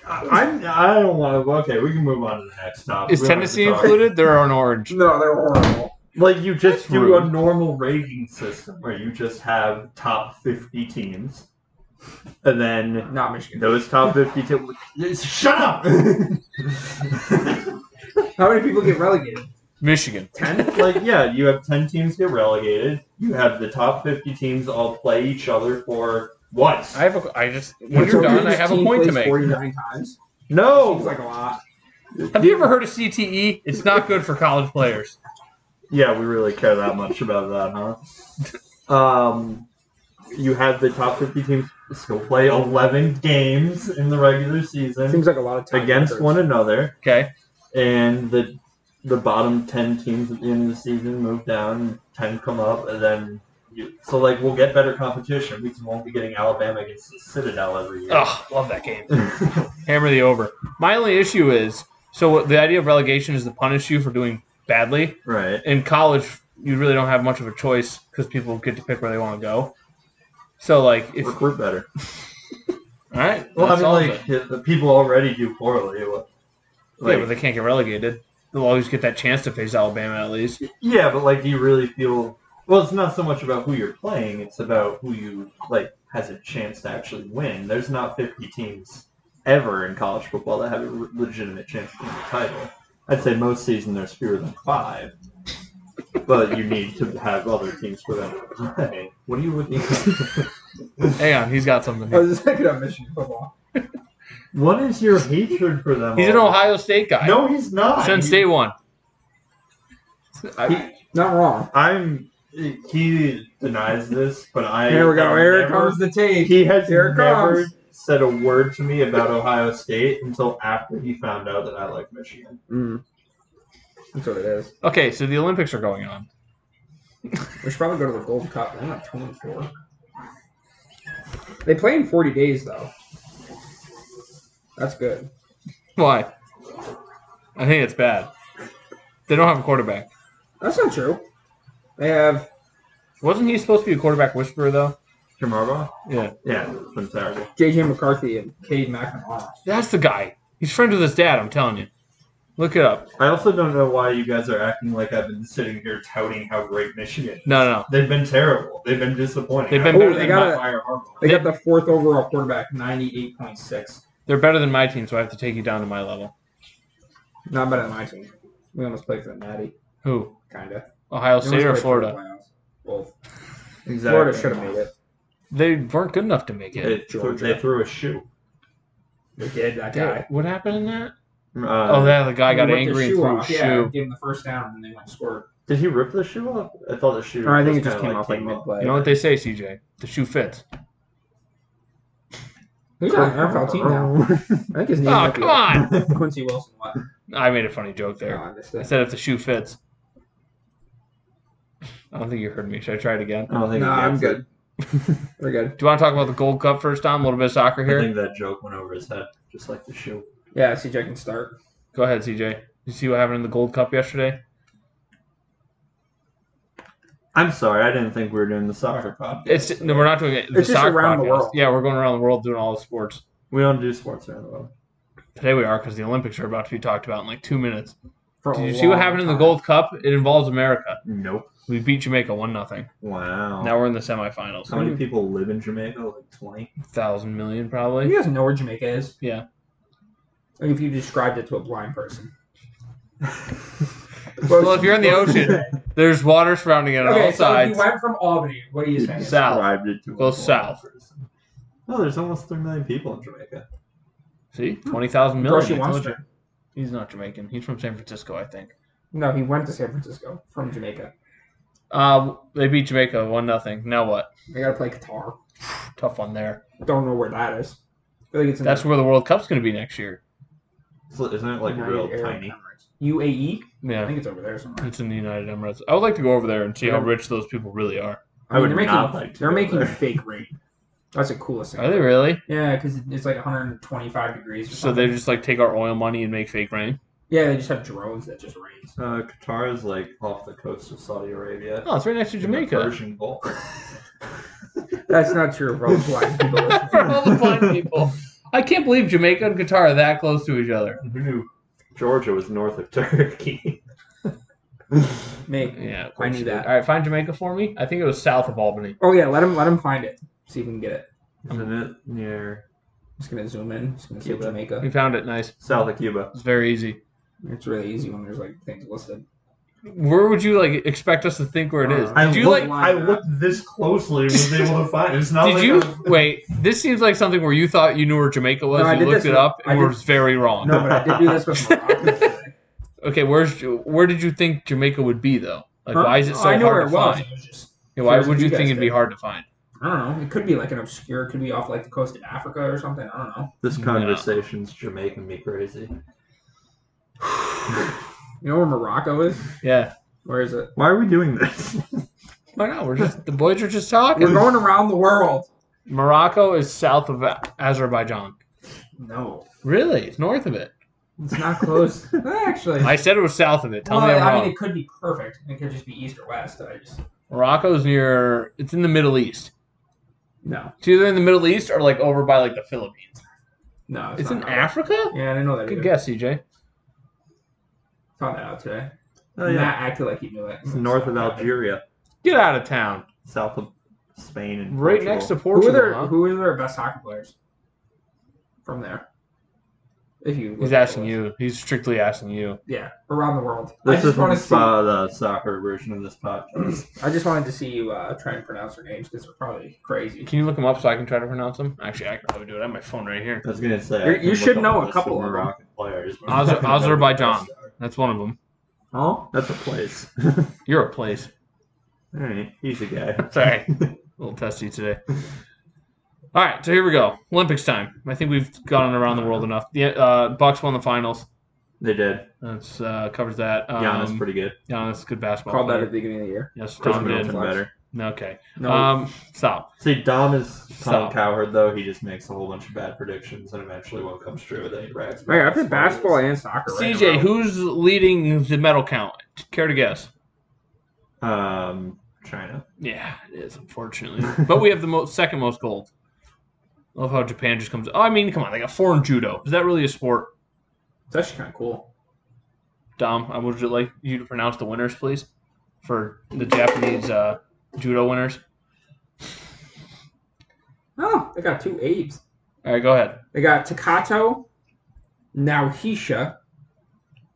Speaker 1: I, I'm I don't want to okay, we can move on to the next topic.
Speaker 3: is
Speaker 1: We don't
Speaker 3: Tennessee
Speaker 1: have to talk-
Speaker 3: included? They're on orange.
Speaker 2: No, they're horrible.
Speaker 1: Like you just
Speaker 3: That's
Speaker 1: do
Speaker 3: rude.
Speaker 1: a normal rating system where you just have top 50 teams and then
Speaker 2: Not Michigan.
Speaker 1: those top 50 teams <laughs> shut up. <laughs>
Speaker 2: How many people get relegated?
Speaker 3: Michigan.
Speaker 2: Ten.
Speaker 1: like yeah, you have ten teams get relegated. You have the top fifty teams all play each other for once.
Speaker 3: I have. A, I just when you're done, I have a
Speaker 2: Team
Speaker 3: point to
Speaker 2: plays
Speaker 3: make.
Speaker 2: Forty-nine times. Seems
Speaker 1: no.
Speaker 2: like a lot.
Speaker 3: Have you ever heard of CTE? It's not good for college players.
Speaker 1: Yeah, we really care that much about that, huh? Um, you have the top fifty teams still play eleven games in the regular season
Speaker 2: Seems like a lot of time.
Speaker 1: against one another,
Speaker 3: Okay.
Speaker 1: and the the bottom ten teams at the end of the season move down, ten come up, and then. You, so like we'll get better competition. We won't be getting Alabama against the Citadel every year.
Speaker 3: Ugh, love that game. Hammer the over. My only issue is so what- the idea of relegation is to punish you for doing badly.
Speaker 1: right.
Speaker 3: in college, you really don't have much of a choice because people get to pick where they want to go. So, like, if all
Speaker 1: recruit better.
Speaker 3: right,
Speaker 1: Well,
Speaker 3: that
Speaker 1: I
Speaker 3: solves
Speaker 1: mean,
Speaker 3: it.
Speaker 1: like the the people already do poorly. what- Like,
Speaker 3: yeah, but they can't get relegated. They'll always get that chance to face Alabama at least.
Speaker 1: yeah, but like, do you really feel? Well, it's not so much about who you're playing; it's about who you like has a chance to actually win. There's not 50 teams ever in college football that have a re- legitimate chance to win the title. I'd say most season there's fewer than five, but you need to have other teams for them <laughs> to play. What are you looking at?
Speaker 3: Hang on, he's got something.
Speaker 2: I
Speaker 3: Here.
Speaker 2: was just thinking about Michigan football.
Speaker 1: <laughs> what is your hatred for them?
Speaker 3: He's an
Speaker 1: all?
Speaker 3: Ohio State guy.
Speaker 1: No, he's not.
Speaker 3: Penn
Speaker 1: He-
Speaker 3: State won.
Speaker 1: I-
Speaker 2: Not wrong.
Speaker 1: I'm. He denies this, but I.
Speaker 2: Here we go.
Speaker 1: have
Speaker 2: Here
Speaker 1: never-
Speaker 2: comes the tape.
Speaker 1: He has
Speaker 2: Here it
Speaker 1: never
Speaker 2: comes.
Speaker 1: said a word to me about Ohio State until after he found out that I like Michigan.
Speaker 2: Mm. That's what it is.
Speaker 3: Okay, so the Olympics are going on.
Speaker 2: We should probably go to the Gold Cup. I'm not 24. They play in 40 days, though. That's good.
Speaker 3: Why? I think it's bad. They don't have a quarterback.
Speaker 2: That's not true. They have.
Speaker 3: Wasn't he supposed to be a quarterback whisperer though?
Speaker 1: Jim Harbaugh?
Speaker 3: Yeah,
Speaker 1: Yeah, it's been terrible.
Speaker 2: JJ McCarthy and Cade McNamara.
Speaker 3: that's the guy. He's friends with his dad. I'm telling you. Look it up.
Speaker 1: I also don't know why you guys are acting like I've been sitting here touting how great Michigan.
Speaker 3: No, no, no.
Speaker 1: They've been terrible. They've been disappointing.
Speaker 3: They've been
Speaker 1: How
Speaker 2: better
Speaker 1: could
Speaker 2: than-
Speaker 1: they
Speaker 2: They gotta-
Speaker 1: not fire Harbaugh?
Speaker 2: They got the fourth overall quarterback, 98.6.
Speaker 3: They're better than my team, so I have to take you down to my level.
Speaker 2: Not better than my team. We almost played for the Natty,
Speaker 3: Who?
Speaker 2: kind of.
Speaker 3: Ohio State or Florida?
Speaker 2: Both.
Speaker 1: Exactly.
Speaker 2: Florida should have made it.
Speaker 3: They weren't good enough to make it.
Speaker 1: They,
Speaker 2: Georgia.
Speaker 1: they threw a shoe.
Speaker 2: They did, that
Speaker 3: Yeah,
Speaker 2: guy.
Speaker 3: What happened in that?
Speaker 1: Uh,
Speaker 3: Oh, that the guy got
Speaker 2: They ripped his
Speaker 3: angry and
Speaker 2: shoe
Speaker 3: threw a
Speaker 2: off. Yeah,
Speaker 3: shoe.
Speaker 2: gave him the first down, and they went and scored.
Speaker 1: Did he rip the shoe off? I thought the shoe.
Speaker 2: Or I think it
Speaker 1: was
Speaker 2: just
Speaker 1: kinda
Speaker 2: came off like
Speaker 1: came
Speaker 2: mid-play.
Speaker 3: You know what they say, CJ? The shoe fits.
Speaker 2: Who's on an NFL team now?
Speaker 3: <laughs>
Speaker 2: I think his name
Speaker 3: Oh,
Speaker 2: might be
Speaker 3: come on!
Speaker 2: Quincy Wilson. What?
Speaker 3: I made a funny joke
Speaker 2: No,
Speaker 3: there.
Speaker 2: I missed
Speaker 3: I
Speaker 2: it.
Speaker 3: said if the shoe fits. I don't think you heard me. Should I try it again?
Speaker 1: I don't think
Speaker 2: No,
Speaker 1: he
Speaker 2: I'm
Speaker 1: gets
Speaker 2: good.
Speaker 1: it.
Speaker 3: <laughs>
Speaker 2: We're good.
Speaker 3: Do you want to talk about the Gold Cup first, Tom? A little bit of soccer
Speaker 1: I
Speaker 3: here.
Speaker 1: think that joke went over his head, just like the shoe.
Speaker 2: Yeah, CJ can start.
Speaker 3: Go ahead, CJ. You see what happened in the Gold Cup yesterday?
Speaker 1: I'm sorry, I didn't think we were doing the soccer podcast.
Speaker 3: It's no, we're not doing it. The
Speaker 2: It's just
Speaker 3: soccer
Speaker 2: around the
Speaker 3: podcast.
Speaker 2: world.
Speaker 3: Yeah, we're going around the world doing all the sports.
Speaker 1: We don't do sports around the world.
Speaker 3: Today we are because the Olympics are about to be talked about in like two minutes.
Speaker 2: For a
Speaker 3: Did you see what
Speaker 2: long
Speaker 3: happened in the
Speaker 2: time.
Speaker 3: Gold Cup? It involves America.
Speaker 1: Nope.
Speaker 3: We beat Jamaica one nothing.
Speaker 1: Wow.
Speaker 3: Now we're in the semifinals.
Speaker 1: How many people live in Jamaica? Like 20?
Speaker 3: Thousand million probably.
Speaker 2: You guys know where Jamaica is?
Speaker 3: Yeah.
Speaker 2: Like if you described it to a blind person.
Speaker 3: <laughs> Well, if you're in
Speaker 1: <laughs>
Speaker 3: the ocean, there's water surrounding it on
Speaker 2: okay, so
Speaker 3: all
Speaker 2: if
Speaker 3: sides.
Speaker 2: you went from Albany. What do you saying?
Speaker 3: South.
Speaker 1: Described it to a
Speaker 3: Go
Speaker 1: blind
Speaker 3: south.
Speaker 1: person. No, Oh, there's almost 3 million people in Jamaica.
Speaker 3: See, twenty thousand million.
Speaker 2: Groshi
Speaker 3: I told you.
Speaker 2: Wunster.
Speaker 3: He's not Jamaican. He's from San Francisco, I think.
Speaker 2: No, he went to San Francisco from Jamaica.
Speaker 3: Uh, they beat Jamaica one nothing. Now what?
Speaker 2: They gotta play Qatar.
Speaker 3: Tough one there.
Speaker 2: Don't know where that is. I feel like it's in
Speaker 3: That's where the World Cup's going to be next year.
Speaker 1: So Isn't it like
Speaker 2: United
Speaker 1: real
Speaker 2: Arab
Speaker 1: tiny?
Speaker 2: Emirates. UAE? I
Speaker 3: Yeah,
Speaker 2: think it's over there somewhere.
Speaker 3: it's in the United Emirates. I would like to go over there and see how rich those people really are.
Speaker 1: I would
Speaker 2: they're making,
Speaker 1: not like to
Speaker 2: They're
Speaker 1: go
Speaker 2: making
Speaker 1: there.
Speaker 2: fake rain. That's the coolest thing.
Speaker 3: Are they really?
Speaker 2: Yeah, because it's like 125 degrees. Or
Speaker 3: So they
Speaker 2: something.
Speaker 3: just like take our oil money and make fake rain.
Speaker 2: yeah, they just have drones that just raise.
Speaker 1: Uh, Qatar is like off the coast of Saudi Arabia.
Speaker 3: Oh, it's right next to
Speaker 1: In the
Speaker 3: <laughs> Jamaica.
Speaker 1: Persian Gulf. <laughs>
Speaker 2: That's not true
Speaker 3: <laughs>
Speaker 2: for all the blind people. listening.
Speaker 3: For all the blind people, I can't believe Jamaica and Qatar are that close to each other.
Speaker 1: Who knew Georgia was north of <laughs> Turkey?
Speaker 2: Me.
Speaker 3: Yeah, of
Speaker 2: I
Speaker 3: course
Speaker 2: knew
Speaker 3: you did.
Speaker 2: that.
Speaker 3: All right, find Jamaica for me. I think it was south of Albany.
Speaker 2: Oh yeah, let him let him find it. See if we can get it.
Speaker 1: Isn't it near
Speaker 2: Just gonna zoom in. Just gonna see
Speaker 1: Cuba.
Speaker 2: Jamaica.
Speaker 3: We found it. Nice.
Speaker 1: south of Cuba?
Speaker 3: It's very easy.
Speaker 2: It's really easy when there's like things listed.
Speaker 3: <laughs> Where would you like expect us to think where it is?
Speaker 1: I
Speaker 3: Did you
Speaker 1: looked,
Speaker 3: like?
Speaker 1: I looked this closely and was able to find it. It's not
Speaker 3: Did
Speaker 1: like
Speaker 3: you
Speaker 1: I was-
Speaker 3: <laughs> wait? This seems like something where you thought you knew where Jamaica was.
Speaker 2: um, No, I
Speaker 3: you
Speaker 2: did
Speaker 3: looked
Speaker 2: this
Speaker 3: it
Speaker 2: with-
Speaker 3: up
Speaker 2: I
Speaker 3: and
Speaker 2: did-
Speaker 3: was very wrong.
Speaker 2: No, but I did do this with Morocco.
Speaker 3: <laughs>
Speaker 2: today.
Speaker 3: Okay, where's where did you think Jamaica would be though? Like,
Speaker 2: Huh?
Speaker 3: why is it
Speaker 2: Oh,
Speaker 3: so
Speaker 2: I know where
Speaker 3: hard
Speaker 2: it
Speaker 3: to
Speaker 2: was.
Speaker 3: find?
Speaker 2: It was just,
Speaker 3: Yeah, why
Speaker 2: Here's what
Speaker 3: would you
Speaker 2: you
Speaker 3: think
Speaker 2: guys
Speaker 3: it'd be
Speaker 2: did.
Speaker 3: hard to find?
Speaker 2: I don't know. It could be like an obscure. It could be off like the coast of Africa or something. I don't know.
Speaker 1: This
Speaker 3: No.
Speaker 1: conversation's Jamaican me crazy.
Speaker 2: You know where Morocco is?
Speaker 3: Yeah,
Speaker 2: Where is it?
Speaker 1: Why are we doing this? <laughs>
Speaker 3: why not? We're just the boys are just talking.
Speaker 2: We're going around the world.
Speaker 3: Morocco is south of A- Azerbaijan.
Speaker 2: No,
Speaker 3: Really, it's north of it.
Speaker 2: it's not close. Actually,
Speaker 3: I said it was south of it. Tell
Speaker 2: well,
Speaker 3: me I'm
Speaker 2: I
Speaker 3: wrong.
Speaker 2: mean, it could be perfect. It could just be east or west. I just
Speaker 3: Morocco's near. It's in the Middle East.
Speaker 2: no,
Speaker 3: It's either in the Middle East or like over by like the Philippines.
Speaker 2: no.
Speaker 3: It's, in
Speaker 2: not Morocco.
Speaker 3: Africa.
Speaker 2: Yeah, I didn't know that.
Speaker 3: Good
Speaker 2: either.
Speaker 3: guess, E CJ.
Speaker 2: Found that out today.
Speaker 1: Oh yeah,
Speaker 2: Matt acted like he knew it.
Speaker 1: it's north of Algeria,
Speaker 3: Get out of town.
Speaker 1: south of Spain and
Speaker 3: Right
Speaker 1: Portugal.
Speaker 3: next to
Speaker 2: Who are
Speaker 3: Portugal.
Speaker 2: their
Speaker 3: huh?
Speaker 2: Who are their best hockey players from there? If you
Speaker 3: He's
Speaker 2: look at
Speaker 3: asking
Speaker 2: the list.
Speaker 3: you. He's strictly asking you.
Speaker 2: Yeah, around the world. I
Speaker 1: This
Speaker 2: just
Speaker 1: is
Speaker 2: want to see.
Speaker 1: uh, the soccer version of this podcast.
Speaker 2: I just wanted to see you uh, try and pronounce their names because they're probably crazy.
Speaker 3: Can you look him up so I can try to pronounce him? Actually, I can probably do it. I have my phone right here.
Speaker 1: I was gonna say I
Speaker 2: You-
Speaker 1: can
Speaker 2: you
Speaker 1: look
Speaker 2: should
Speaker 1: up
Speaker 2: know a
Speaker 1: list
Speaker 2: couple of them.
Speaker 1: Moroccan players. but
Speaker 3: Azer-
Speaker 1: I don't know who the
Speaker 3: Azerbaijan.
Speaker 1: best are.
Speaker 3: That's one of them.
Speaker 1: Oh, that's a place. <laughs>
Speaker 3: You're a place.
Speaker 1: All right, he's the guy.
Speaker 3: Sorry.
Speaker 1: <laughs>
Speaker 3: a little testy <laughs> today. All right, so here we go. Olympics time. I think we've gone around the world enough. The uh, Bucks won the finals.
Speaker 1: They did.
Speaker 3: That's uh, covers that. Um,
Speaker 1: Giannis pretty good.
Speaker 3: Giannis, good basketball.
Speaker 2: Called that
Speaker 3: player.
Speaker 2: at the beginning of the year.
Speaker 3: Yes,
Speaker 1: Chris
Speaker 3: Tom did.
Speaker 1: Middleton better.
Speaker 3: Okay.
Speaker 2: No,
Speaker 3: Um, stop.
Speaker 1: See, Dom is Tom
Speaker 3: Stop.
Speaker 1: Cowherd though. He just makes a whole bunch of bad predictions, and eventually one comes true. Then he rags.
Speaker 2: Hey, I played basketball and soccer. right in a
Speaker 3: CJ,
Speaker 2: row.
Speaker 3: who's leading the medal count? Care to guess?
Speaker 1: Um, China.
Speaker 3: Yeah, it is <laughs> unfortunately, but we have the most second most gold. Love how Japan just comes. Oh, I mean, come on, they got foreign judo. Is that really a sport?
Speaker 2: It's actually kind of cool.
Speaker 3: Dom, I would like you to pronounce the winners, please, for the Japanese uh, judo winners.
Speaker 2: Oh, they got two A's.
Speaker 3: All right, go ahead.
Speaker 2: They got Takato, Naohisha.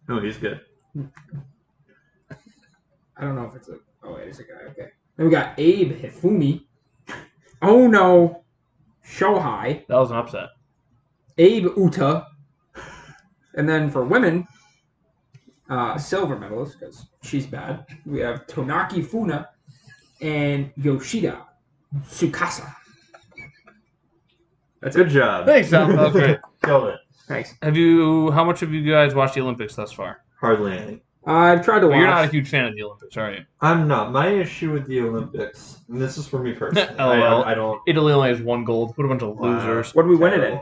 Speaker 1: No, Oh, he's good.
Speaker 2: I don't know if it's a. Oh, wait, it's a guy. Okay. Then we got Abe Hifumi. <laughs> Oh no, Shohei.
Speaker 3: That was an upset.
Speaker 2: Abe Uta. And then for women, uh, silver medalist, because she's bad. We have Tonaki Funa and Yoshida Tsukasa.
Speaker 1: That's good job.
Speaker 3: Thanks,
Speaker 1: <laughs>
Speaker 3: Dom. That was great.
Speaker 1: Killed it.
Speaker 2: Thanks.
Speaker 3: <laughs> Have you? How much have you guys watched the Olympics thus far?
Speaker 1: Hardly any.
Speaker 2: I've tried to
Speaker 3: Well,
Speaker 2: watch.
Speaker 3: you're not a huge fan of the Olympics, are you?
Speaker 1: I'm not. My issue with the Olympics, and this is for me <laughs> personally. I
Speaker 3: LOL.
Speaker 1: don't. I don't
Speaker 3: Italy only has one gold. What a bunch of
Speaker 1: Wow.
Speaker 3: losers.
Speaker 2: what did we win it in?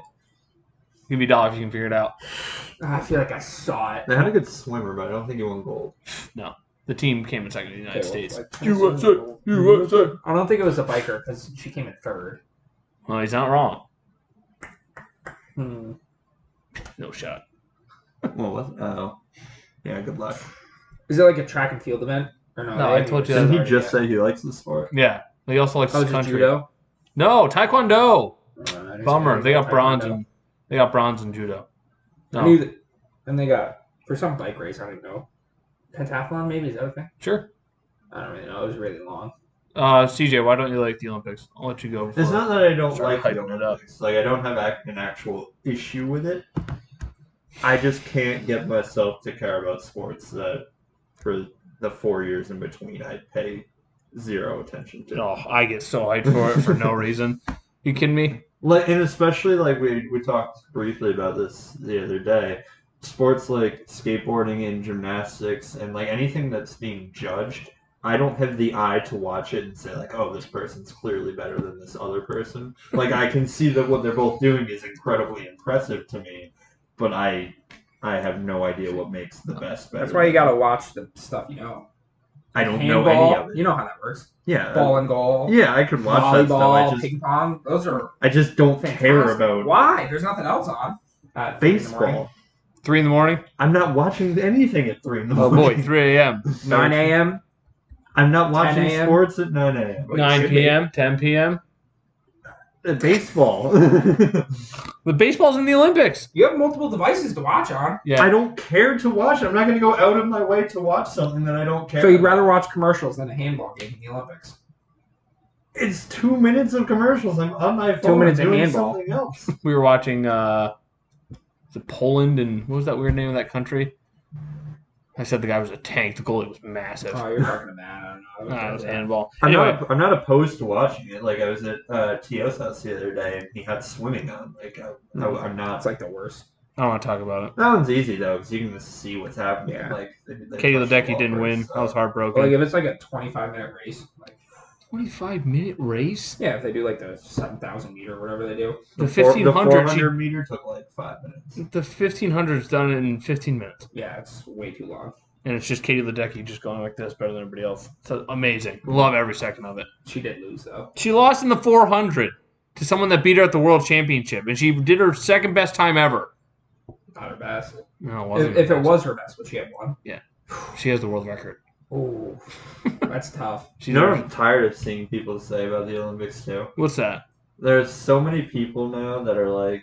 Speaker 3: Give me a dollar if you can figure it out.
Speaker 2: Ah, I feel like I saw it.
Speaker 1: They had a good swimmer, but I don't think he won gold.
Speaker 3: The team came in second in the United
Speaker 2: Okay,
Speaker 3: States.
Speaker 2: well, like- Mm-hmm.
Speaker 3: USA.
Speaker 2: I don't think it was a biker because she came in third.
Speaker 3: Well, he's not wrong.
Speaker 2: Hmm.
Speaker 3: No shot.
Speaker 1: Well, what? Oh, yeah. Good luck.
Speaker 2: Is it like a track and field event or no?
Speaker 3: No,
Speaker 2: They
Speaker 3: I
Speaker 2: haven't
Speaker 3: told
Speaker 2: even
Speaker 3: you
Speaker 1: Didn't
Speaker 3: that
Speaker 1: he
Speaker 2: started
Speaker 1: just
Speaker 2: yet.
Speaker 1: say he likes the sport?
Speaker 3: Yeah. They also like
Speaker 2: Oh,
Speaker 3: this
Speaker 2: is it
Speaker 3: country.
Speaker 2: judo?
Speaker 3: No, taekwondo.
Speaker 2: Uh, I just
Speaker 3: Bummer.
Speaker 2: heard
Speaker 3: They got
Speaker 2: taekwondo.
Speaker 3: bronze and they got bronze in judo.
Speaker 2: I
Speaker 3: No.
Speaker 2: knew that, and they got for some bike race. I don't even know. Pentathlon, maybe is that a thing?
Speaker 3: Sure.
Speaker 2: I don't really know. It was really long.
Speaker 3: Uh, CJ, why don't you like the Olympics? I'll let you go. Before.
Speaker 1: It's not that I don't
Speaker 3: Sorry,
Speaker 1: like the
Speaker 3: hyping it up.
Speaker 1: Olympics. Like I don't have ac- an actual issue with it. I just can't get myself to care about sports that for the four years in between I pay zero attention to.
Speaker 3: Oh, I get so hyped for it
Speaker 2: <laughs>
Speaker 3: for no reason. You kidding me?
Speaker 1: Like and especially like we we talked briefly about this the other day. Sports like skateboarding and gymnastics and like anything that's being judged, I don't have the eye to watch it and say like, oh, this person's clearly better than this other person. Like I can see that what they're both doing is incredibly impressive to me, but I I have no idea what makes the best better.
Speaker 2: That's why you gotta watch the stuff you know.
Speaker 1: I don't know
Speaker 2: Handball,
Speaker 1: any of it.
Speaker 2: You know how that works.
Speaker 1: Yeah.
Speaker 2: Ball and goal.
Speaker 1: yeah, I could watch that stuff. I
Speaker 2: volleyball,
Speaker 1: just
Speaker 2: ping pong. Those are
Speaker 1: I just don't
Speaker 2: fantastic.
Speaker 1: care about
Speaker 2: why. There's nothing else on. Uh, three in the morning.
Speaker 1: baseball.
Speaker 3: Three in the morning?
Speaker 1: I'm not watching anything at three in the
Speaker 3: Oh
Speaker 1: morning. <laughs>
Speaker 3: <laughs> boy, three a.m.,
Speaker 2: Nine a.m.
Speaker 1: I'm not watching
Speaker 2: 10 a.m.
Speaker 1: sports at nine
Speaker 3: <laughs>
Speaker 1: a.m.
Speaker 3: nine p.m., ten p.m.
Speaker 1: Uh, Baseball. <laughs>
Speaker 3: The baseball's in the Olympics.
Speaker 2: You have multiple devices to watch on.
Speaker 3: Yeah,
Speaker 1: I don't care to watch. it. I'm not going to go out of my way to watch something that I don't care.
Speaker 2: So you'd rather watch commercials than a handball game in the Olympics.
Speaker 1: It's two minutes of commercials. I'm on my phone.
Speaker 2: minutes
Speaker 1: I'm
Speaker 2: of
Speaker 1: doing
Speaker 2: handball.
Speaker 1: something
Speaker 3: <laughs>
Speaker 1: else.
Speaker 3: we were watching uh the Poland and what was that weird name of that country? I said the guy was a tank. The goalie was massive.
Speaker 2: Oh, you're talking about. I
Speaker 1: <laughs>
Speaker 2: don't know.
Speaker 3: Ah, it was handball.
Speaker 1: I'm,
Speaker 3: anyway,
Speaker 1: not, I'm not opposed to watching it. Like I was at uh, Tio's house the other day, and he had swimming on. Like I,
Speaker 3: Hmm.
Speaker 1: I, am not.
Speaker 2: That's like the worst.
Speaker 3: I don't want to talk about
Speaker 1: That one's easy though, because you can just see what's happening.
Speaker 2: Yeah.
Speaker 1: Like they, they
Speaker 3: it. Katie
Speaker 1: push the
Speaker 3: Ledecky
Speaker 1: ball
Speaker 3: didn't
Speaker 1: first,
Speaker 3: win. I
Speaker 1: so-
Speaker 3: was heartbroken.
Speaker 2: Like if it's like a 25 minute race, like
Speaker 3: 25 minute race?
Speaker 2: yeah, if they do like the 7,000 meter or whatever they do,
Speaker 3: The
Speaker 1: four- the
Speaker 3: 1500 she-
Speaker 1: 400 meter took like five minutes.
Speaker 3: The 1500's done in 15 minutes.
Speaker 2: yeah, it's way too long.
Speaker 3: And it's just Katie Ledecky just going like this better than everybody else. It's amazing. Love every second of it.
Speaker 2: She did lose though.
Speaker 3: She lost in the 400 to someone that beat her at the World Championship. And she did her second best time ever.
Speaker 2: Not her best.
Speaker 3: No, it
Speaker 2: If,
Speaker 3: wasn't.
Speaker 2: if it was her best, would she have won?
Speaker 3: She has the world record.
Speaker 2: Oh, <laughs> that's tough.
Speaker 3: She's
Speaker 1: You know what I'm tired of seeing people say about the Olympics too?
Speaker 3: What's that?
Speaker 1: There's so many people now that are like,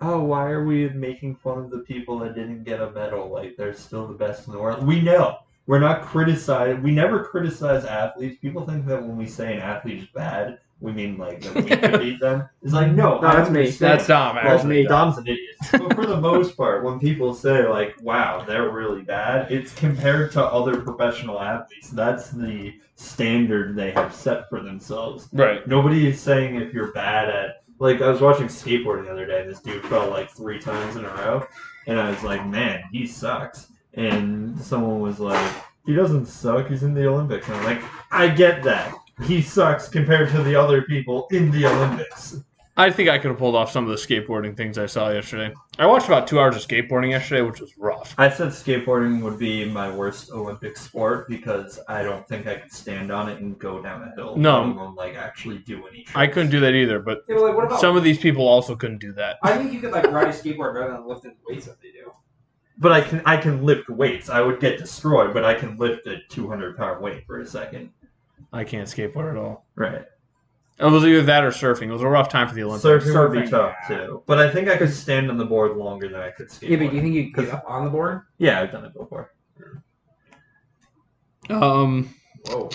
Speaker 1: oh, why are we making fun of the people that didn't get a medal? Like, they're still the best in the world. We know. We're not criticized. We never criticize athletes. People think that when we say an athlete's bad, we mean like that we can beat them. It's like, no,
Speaker 2: No,
Speaker 1: I
Speaker 2: that's me.
Speaker 1: understand.
Speaker 3: That's Dom.
Speaker 1: Well,
Speaker 2: That's
Speaker 3: Actually.
Speaker 2: me.
Speaker 1: Dom's an idiot. <laughs> But for the most part, when people say like, "Wow, they're really bad," it's compared to other professional athletes. That's the standard they have set for themselves.
Speaker 3: Right.
Speaker 1: Nobody is saying if you're bad at like I was watching skateboarding the other day. This dude fell like three times in a row, and I was like, "Man, he sucks." And someone was like, "He doesn't suck. He's in the Olympics." And I'm like, "I get that." He sucks compared to the other people in the Olympics.
Speaker 3: I think I could have pulled off some of the skateboarding things I saw yesterday. I watched about two hours of skateboarding yesterday, which was rough.
Speaker 1: I said skateboarding would be my worst Olympic sport because I don't think I could stand on it and go down a hill.
Speaker 3: No.
Speaker 1: let alone, like actually do any. Tricks.
Speaker 3: I couldn't do that either, but
Speaker 2: Yeah, but like, what about?
Speaker 3: some of these people also couldn't do that.
Speaker 2: I think you could like ride a skateboard rather than lifting weights that they do.
Speaker 1: but I can. I can lift weights. I would get destroyed, but I can lift a two hundred pound weight for a second.
Speaker 3: I can't skateboard at all.
Speaker 1: Right.
Speaker 3: It was either that or surfing. It was a rough time for the Olympics.
Speaker 1: Surfing, would be
Speaker 2: Surfing,
Speaker 1: tough
Speaker 2: yeah.
Speaker 1: too, but I think I could stand on the board longer than I could skateboard.
Speaker 2: Yeah, but do you think you
Speaker 1: Because-
Speaker 2: could get up on the board?
Speaker 1: Yeah, I've done it before.
Speaker 3: Um,
Speaker 2: Whoa.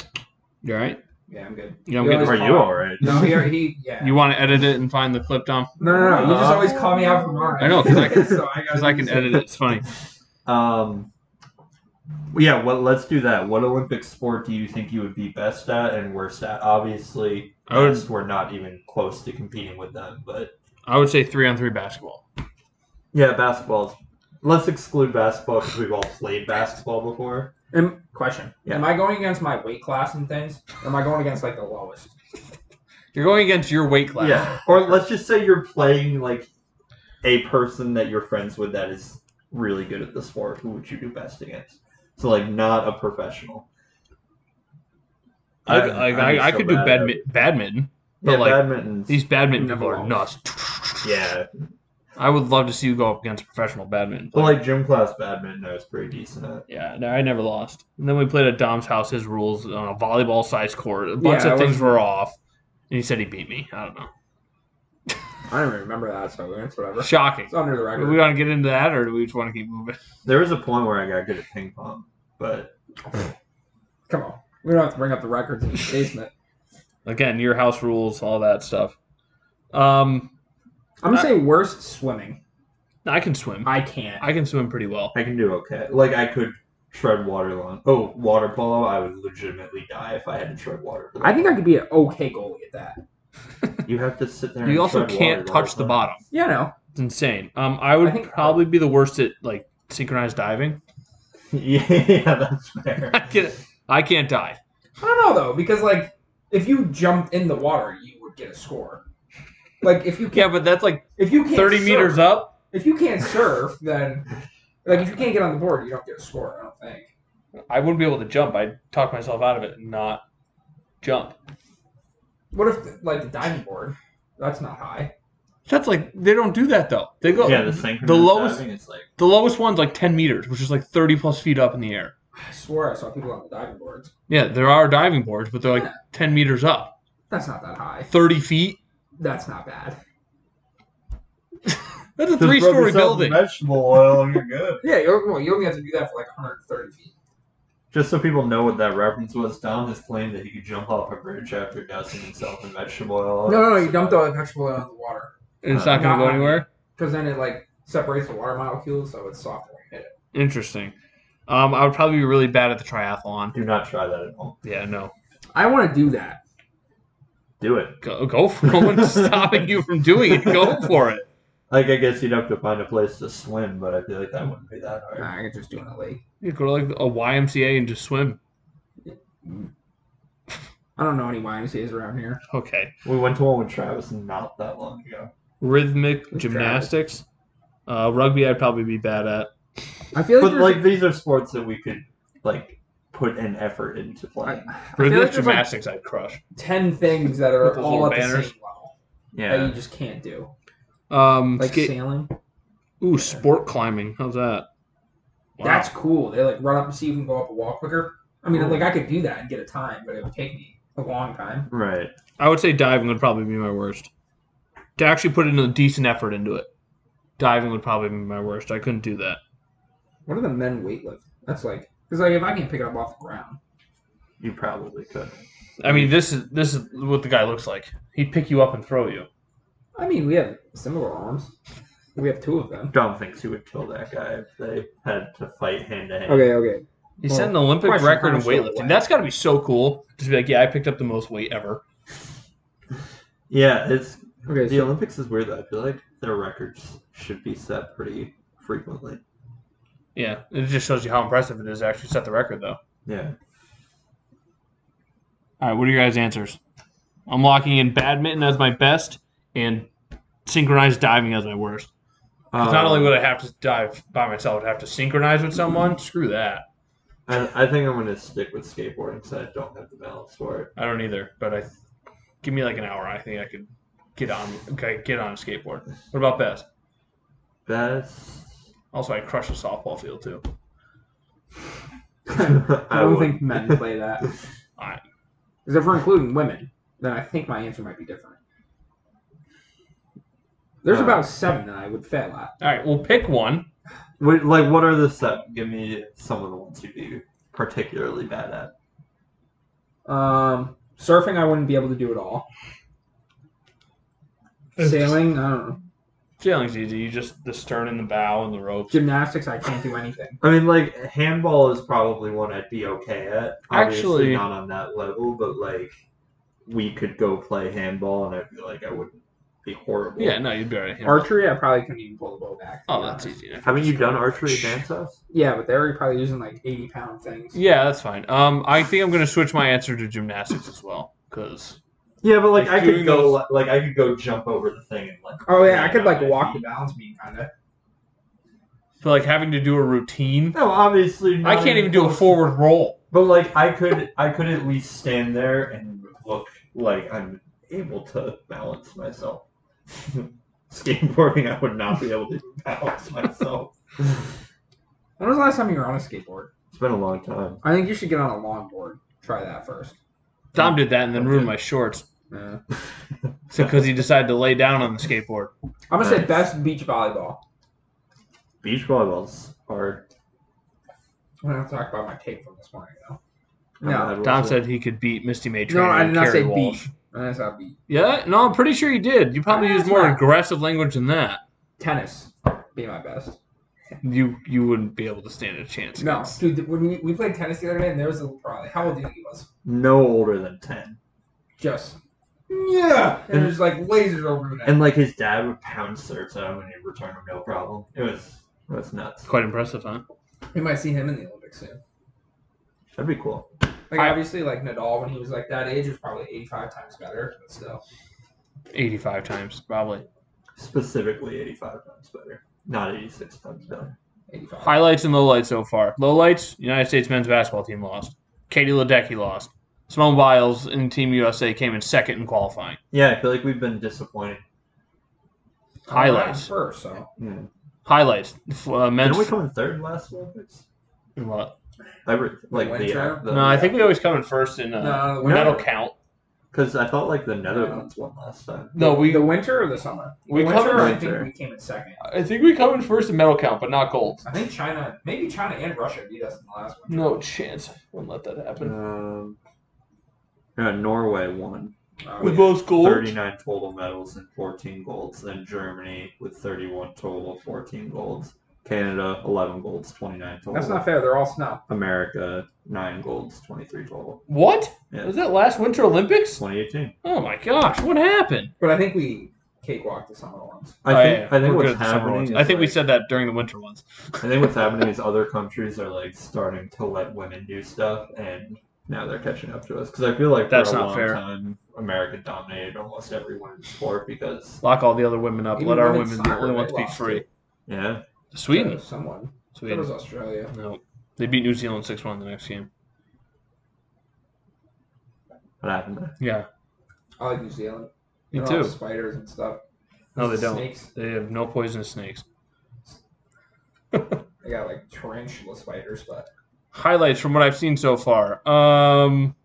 Speaker 3: you all right?
Speaker 2: Yeah, I'm good.
Speaker 3: Yeah, I'm
Speaker 2: You
Speaker 3: getting.
Speaker 2: always-
Speaker 1: Are you all right?
Speaker 2: No, he, he yeah.
Speaker 3: You want to edit it and find the clip, Dom?
Speaker 2: no, no, no. You just always call me out for wrong.
Speaker 3: I know,
Speaker 2: <laughs>
Speaker 3: 'cause I can-
Speaker 2: so I,
Speaker 3: Because
Speaker 2: gotta
Speaker 3: I can edit it. It's funny.
Speaker 1: Um, yeah, well, let's do that. What Olympic sport do you think you would be best at and worst at? Obviously,
Speaker 3: I would-
Speaker 1: best, we're not even close to competing with them, but
Speaker 3: I would say three on three basketball.
Speaker 1: yeah, basketball. Let's exclude basketball because we've all played basketball before.
Speaker 2: Am- question.
Speaker 1: Yeah.
Speaker 2: Am I going against my weight class and things? Or am I going against like the lowest?
Speaker 3: You're going against your weight class.
Speaker 1: Yeah, or let's just say you're playing like a person that you're friends with that is really good at the sport. Who would you do best against? So like not a professional.
Speaker 3: I,
Speaker 1: I'm-
Speaker 3: like,
Speaker 1: I'm
Speaker 3: I, I
Speaker 1: so
Speaker 3: could do
Speaker 1: bad at it.
Speaker 3: badmi- badminton. but,
Speaker 1: Yeah,
Speaker 3: like,
Speaker 1: badminton.
Speaker 3: These badminton
Speaker 2: Never
Speaker 3: people are
Speaker 2: lost.
Speaker 3: nuts.
Speaker 1: Yeah,
Speaker 3: I would love to see you go up against a professional badminton.
Speaker 1: But
Speaker 3: player.
Speaker 1: like gym class badminton, I was pretty decent at.
Speaker 3: Yeah, no, I never lost. And then we played at Dom's house, his rules on a volleyball sized court. A bunch
Speaker 2: Yeah, I
Speaker 3: of things were off. And he said he beat me. I don't know.
Speaker 2: I don't even remember that, so it's whatever.
Speaker 3: Shocking.
Speaker 2: It's under the
Speaker 3: Do
Speaker 2: record.
Speaker 3: we want to get into that or do we just want to keep moving?
Speaker 1: There was a point where I got good at ping pong, but
Speaker 2: Come on. We don't have to bring up the records <laughs> in the basement.
Speaker 3: Again, your house rules, all that stuff. Um,
Speaker 2: I'm gonna say worst swimming.
Speaker 3: I can swim.
Speaker 2: I can't.
Speaker 3: I can swim pretty well.
Speaker 1: I can do okay. Like I could shred water long. Oh, water polo! I would legitimately die if I had to shred water. for that.
Speaker 2: I think I could be an okay goalie at that.
Speaker 1: you have to sit there. and
Speaker 3: You also
Speaker 1: shred water
Speaker 3: can't
Speaker 1: whole
Speaker 3: touch the
Speaker 1: time.
Speaker 3: bottom.
Speaker 2: Yeah, no.
Speaker 3: It's insane. Um, I
Speaker 2: I
Speaker 3: would
Speaker 2: think-
Speaker 3: probably be the worst at like synchronized diving. <laughs>
Speaker 1: <laughs> yeah, that's fair.
Speaker 3: I can't, I can't dive.
Speaker 2: I don't know though, because like if you jumped in the water, you would get a score. Like if you can't,
Speaker 3: Yeah, but that's like
Speaker 2: if you can't
Speaker 3: thirty
Speaker 2: surf-
Speaker 3: meters up.
Speaker 2: If you can't surf, then like if you can't get on the board, you don't get a score. I don't think.
Speaker 3: I wouldn't be able to jump. I'd talk myself out of it and not jump.
Speaker 2: What if like the diving board? That's not high.
Speaker 3: That's like they don't do that though. They go
Speaker 1: Yeah, the
Speaker 3: the,
Speaker 1: synchronous
Speaker 3: lowest
Speaker 1: diving is
Speaker 3: <laughs>
Speaker 1: like
Speaker 3: the lowest one's like ten meters, which is like thirty plus feet up in the air.
Speaker 2: I swore I saw people on the diving boards.
Speaker 3: Yeah, there are diving boards, but they're like
Speaker 2: Yeah.
Speaker 3: ten meters up,
Speaker 2: That's not that high.
Speaker 3: thirty feet.
Speaker 2: That's not bad.
Speaker 3: That's a
Speaker 1: Just rub
Speaker 3: three story
Speaker 1: yourself in
Speaker 3: building.
Speaker 1: Vegetable oil, and you're good.
Speaker 2: Yeah, you're, well, you only have to do that for like 130 feet.
Speaker 1: <laughs> Just so people know what that reference was, Dom has claimed that he could jump off a bridge after dousing himself in vegetable
Speaker 2: No,
Speaker 1: oil.
Speaker 2: no, no. You dump the vegetable oil in the water
Speaker 3: And it's Uh, not going to go
Speaker 2: Nah.
Speaker 3: anywhere.
Speaker 2: because then it like separates the water molecules, so it's softer. when you hit it.
Speaker 3: Interesting. Um, I would probably be really bad at the triathlon.
Speaker 1: Do not try that at home.
Speaker 3: Yeah, no.
Speaker 2: I want to do that.
Speaker 1: Do it.
Speaker 3: Go, go for it. <laughs> No one's stopping you from doing it. Go for it.
Speaker 1: Like, I guess you'd have to find a place to swim, but I feel like that wouldn't be that hard.
Speaker 2: Nah, I could just do it in a lake.
Speaker 3: You go to like a YMCA and just swim.
Speaker 2: I don't know any YMCA's around here.
Speaker 3: Okay.
Speaker 1: We went to one with Travis not that long ago.
Speaker 3: Rhythmic
Speaker 2: Good
Speaker 3: gymnastics. Uh, rugby, I'd probably be bad at.
Speaker 2: I feel like
Speaker 1: But,
Speaker 2: there's-
Speaker 1: like, these are sports that we could, like, put an effort into
Speaker 2: I,
Speaker 1: playing.
Speaker 2: I feel
Speaker 3: Rhythmic
Speaker 2: like there's like
Speaker 3: gymnastics, I'd crush.
Speaker 2: ten things that are
Speaker 3: With those
Speaker 2: all
Speaker 3: little
Speaker 2: at the
Speaker 3: banners.
Speaker 2: same level that
Speaker 1: Yeah.
Speaker 2: you just can't do,
Speaker 3: Um,
Speaker 2: like
Speaker 3: skate-
Speaker 2: sailing.
Speaker 3: Ooh, sport climbing. How's that? Wow.
Speaker 2: That's cool. They like run up and see if you can go up a wall quicker. I mean, like I could do that and get a time, but it would take me a long time.
Speaker 1: Right.
Speaker 3: I would say diving would probably be my worst. To actually put in a decent effort into it, diving would probably be my worst. I couldn't do that.
Speaker 2: What do the men weightlift? That's like because like if I can pick it up off the ground,
Speaker 1: You probably could.
Speaker 3: I mean, this is this is what the guy looks like. He'd pick you up and throw you.
Speaker 2: I mean we have similar arms. We have two of them.
Speaker 1: Dom thinks he would kill that guy if they had to fight hand to hand.
Speaker 2: Okay, okay.
Speaker 3: He
Speaker 2: Well,
Speaker 3: set an Olympic
Speaker 2: question,
Speaker 3: record
Speaker 2: how
Speaker 3: in
Speaker 2: much did it
Speaker 3: weightlifting.
Speaker 2: weigh?
Speaker 3: That's got to be so cool. Just be like, yeah, I picked up the most weight ever.
Speaker 1: Yeah, it's
Speaker 2: Okay,
Speaker 1: the
Speaker 2: so
Speaker 1: Olympics is weird though. I feel like their records should be set pretty frequently.
Speaker 3: Yeah, it just shows you how impressive it is to actually set the record, though.
Speaker 1: Yeah.
Speaker 3: All right, what are your guys' answers? I'm locking in badminton as my best and synchronized diving as my worst. 'Cause not
Speaker 1: Um,
Speaker 3: only would I have to dive by myself, I'd have to synchronize with someone. Screw that.
Speaker 1: I, I think I'm gonna stick with skateboarding because I don't have the balance for it.
Speaker 3: I don't either. But I give me like an hour. I think I could get on. Okay, get on a skateboard. What about best?
Speaker 1: Best.
Speaker 3: Also, I crush a softball field too.
Speaker 1: <laughs> I,
Speaker 2: I don't
Speaker 1: would-
Speaker 2: think men play that.
Speaker 3: Alright.
Speaker 2: Because if we're including women, then I think my answer might be different. There's
Speaker 1: Uh,
Speaker 2: about seven that I would fail at.
Speaker 3: All right, well, pick one.
Speaker 1: Wait, like, what are the set? Give me some of the ones you'd be particularly bad at.
Speaker 2: Um, surfing, I wouldn't be able to do at all. Sailing, I don't know.
Speaker 3: Sailing's easy. You just the stern and the bow and the ropes.
Speaker 2: Gymnastics, I can't do anything.
Speaker 1: I mean, like handball is probably one I'd be okay at. Obviously
Speaker 3: Actually-
Speaker 1: not on that level, but like we could go play handball, and I feel like I wouldn't be horrible.
Speaker 3: Yeah, no, you'd be alright.
Speaker 2: Archery, I probably couldn't even pull the bow back. to
Speaker 3: Oh,
Speaker 2: be
Speaker 3: that's
Speaker 2: honest.
Speaker 3: easy. enough.
Speaker 1: Haven't you done archery dance us?
Speaker 2: Yeah, but they're probably using like 80 pound things.
Speaker 3: Yeah, that's fine. Um, I think I'm gonna switch my answer to gymnastics as well, cause
Speaker 1: Yeah, but like,
Speaker 3: Like,
Speaker 1: I could
Speaker 3: doing
Speaker 1: go,
Speaker 3: those-
Speaker 1: like I could go jump over the thing and like.
Speaker 2: Oh, yeah, I
Speaker 1: land
Speaker 2: could like
Speaker 1: on my
Speaker 2: walk the
Speaker 1: feet.
Speaker 2: balance beam kind of.
Speaker 3: I feel like having to do a routine.
Speaker 1: No, obviously.
Speaker 3: I
Speaker 1: not
Speaker 3: can't even do a
Speaker 1: close.
Speaker 3: forward roll.
Speaker 1: But like, I could, I could at least stand there and look like I'm able to balance myself. <laughs> Skateboarding, I would not be able to balance myself.
Speaker 2: When was the last time you were on a skateboard?
Speaker 1: It's been a long time.
Speaker 2: I think you should get on a longboard. Try that first.
Speaker 3: Tom did that and then ruined my shorts.
Speaker 2: Yeah.
Speaker 3: So because he decided to lay down on the skateboard.
Speaker 2: I'm gonna say
Speaker 1: Nice.
Speaker 2: best beach volleyball.
Speaker 1: Beach volleyball's hard.
Speaker 2: I'm gonna have to talk about my tape from this morning though.
Speaker 1: I'm
Speaker 2: No,
Speaker 1: glad it
Speaker 3: Tom
Speaker 1: wasn't.
Speaker 3: said he could beat Misty
Speaker 2: no,
Speaker 3: May Trainor
Speaker 2: I did
Speaker 3: and
Speaker 2: not
Speaker 3: Kerry
Speaker 2: say
Speaker 3: Walsh.
Speaker 2: beach. I did not beat
Speaker 3: Yeah, no, I'm pretty sure you did. You probably
Speaker 2: Ah,
Speaker 3: used
Speaker 2: that's
Speaker 3: more
Speaker 2: right.
Speaker 3: aggressive language than that.
Speaker 2: tennis. Be my best.
Speaker 3: You you wouldn't be able to stand a chance.
Speaker 2: No,
Speaker 3: against-
Speaker 2: dude, when we, we played tennis the other day, and there was a probably how old do you think he was?
Speaker 1: no older than ten.
Speaker 2: Just yeah, and there's like lasers over his head.
Speaker 1: And like his dad would pound serves at him and he'd return him no problem. It was it was nuts.
Speaker 3: quite impressive, huh?
Speaker 2: We might see him in the Olympics soon.
Speaker 1: That'd be cool.
Speaker 2: Like
Speaker 3: I-
Speaker 2: obviously, like Nadal when he was like that age was probably 85 times better, but still.
Speaker 3: 85 times probably.
Speaker 1: Specifically eighty five times better. Not eighty six times better.
Speaker 2: 85.
Speaker 3: Highlights and lowlights so far. Lowlights: United States men's basketball team lost. Katie Ledecky lost. Simone Biles in Team USA came in second in qualifying.
Speaker 1: Yeah, I feel like we've been disappointed.
Speaker 3: Highlights.
Speaker 2: Uh, first, so
Speaker 1: Yeah.
Speaker 3: Highlights: f- uh,
Speaker 1: Didn't
Speaker 3: men's.
Speaker 1: we come in third last Olympics?
Speaker 3: what?
Speaker 1: Every, like the,
Speaker 2: winter?
Speaker 1: uh, the
Speaker 3: No, I think we always come in first in.
Speaker 2: no,
Speaker 3: Uh,
Speaker 2: the
Speaker 1: No.
Speaker 3: That'll
Speaker 2: winter,
Speaker 3: count.
Speaker 1: because I thought like the Netherlands won last time.
Speaker 3: No, we.
Speaker 2: the winter or the summer.
Speaker 3: We
Speaker 2: the
Speaker 3: covered
Speaker 2: winter, I
Speaker 1: winter.
Speaker 2: think we came in second.
Speaker 3: I think we come in first in medal count, but not gold.
Speaker 2: I think China, maybe China and Russia beat us in the last one.
Speaker 3: No chance. Wouldn't let that happen.
Speaker 1: Um, yeah, Norway won.
Speaker 2: Oh,
Speaker 3: With
Speaker 2: yeah.
Speaker 3: both gold.
Speaker 1: 39 total medals and 14 golds. Then Germany with 31 total, 14 golds. Canada, 11 golds, 29 total.
Speaker 2: That's not fair. They're all snow.
Speaker 1: America, 9 golds, 23 total.
Speaker 3: What?
Speaker 1: Yeah.
Speaker 3: Was that last Winter Olympics?
Speaker 1: 2018.
Speaker 3: Oh my gosh! What happened?
Speaker 2: But I think we cakewalked the summer ones.
Speaker 1: I
Speaker 3: Oh,
Speaker 1: think,
Speaker 3: yeah,
Speaker 1: I think
Speaker 3: we're
Speaker 1: what's
Speaker 3: good at the summer
Speaker 1: happening.
Speaker 3: ones.
Speaker 1: is,
Speaker 3: I think we
Speaker 1: like-
Speaker 3: said that during the winter ones.
Speaker 1: I think what's happening is other countries are like starting to let women do stuff, and now they're catching up to us. Because I feel like
Speaker 3: That's
Speaker 1: for a
Speaker 3: not
Speaker 1: long
Speaker 3: fair.
Speaker 1: time, America dominated almost every women's sport because
Speaker 3: Lock all the other women up.
Speaker 2: Even
Speaker 3: Let our
Speaker 2: women's
Speaker 3: women be the
Speaker 2: soccer,
Speaker 3: only ones
Speaker 2: they
Speaker 3: be
Speaker 2: lost
Speaker 3: free.
Speaker 2: it.
Speaker 1: yeah,
Speaker 2: Uh,
Speaker 3: Sweden.
Speaker 2: Someone. It was
Speaker 3: Sweden.
Speaker 2: Australia.
Speaker 3: No. They beat New Zealand 6 1 the next game.
Speaker 1: what happened? there?
Speaker 3: Yeah.
Speaker 2: I like New Zealand.
Speaker 3: Me
Speaker 2: They're all
Speaker 3: too.
Speaker 2: Spiders and stuff.
Speaker 3: No, they
Speaker 2: There's
Speaker 3: don't.
Speaker 2: Snakes.
Speaker 3: They have no poisonous snakes.
Speaker 2: They got like tarantula spiders, but
Speaker 3: highlights from what I've seen so far. Um,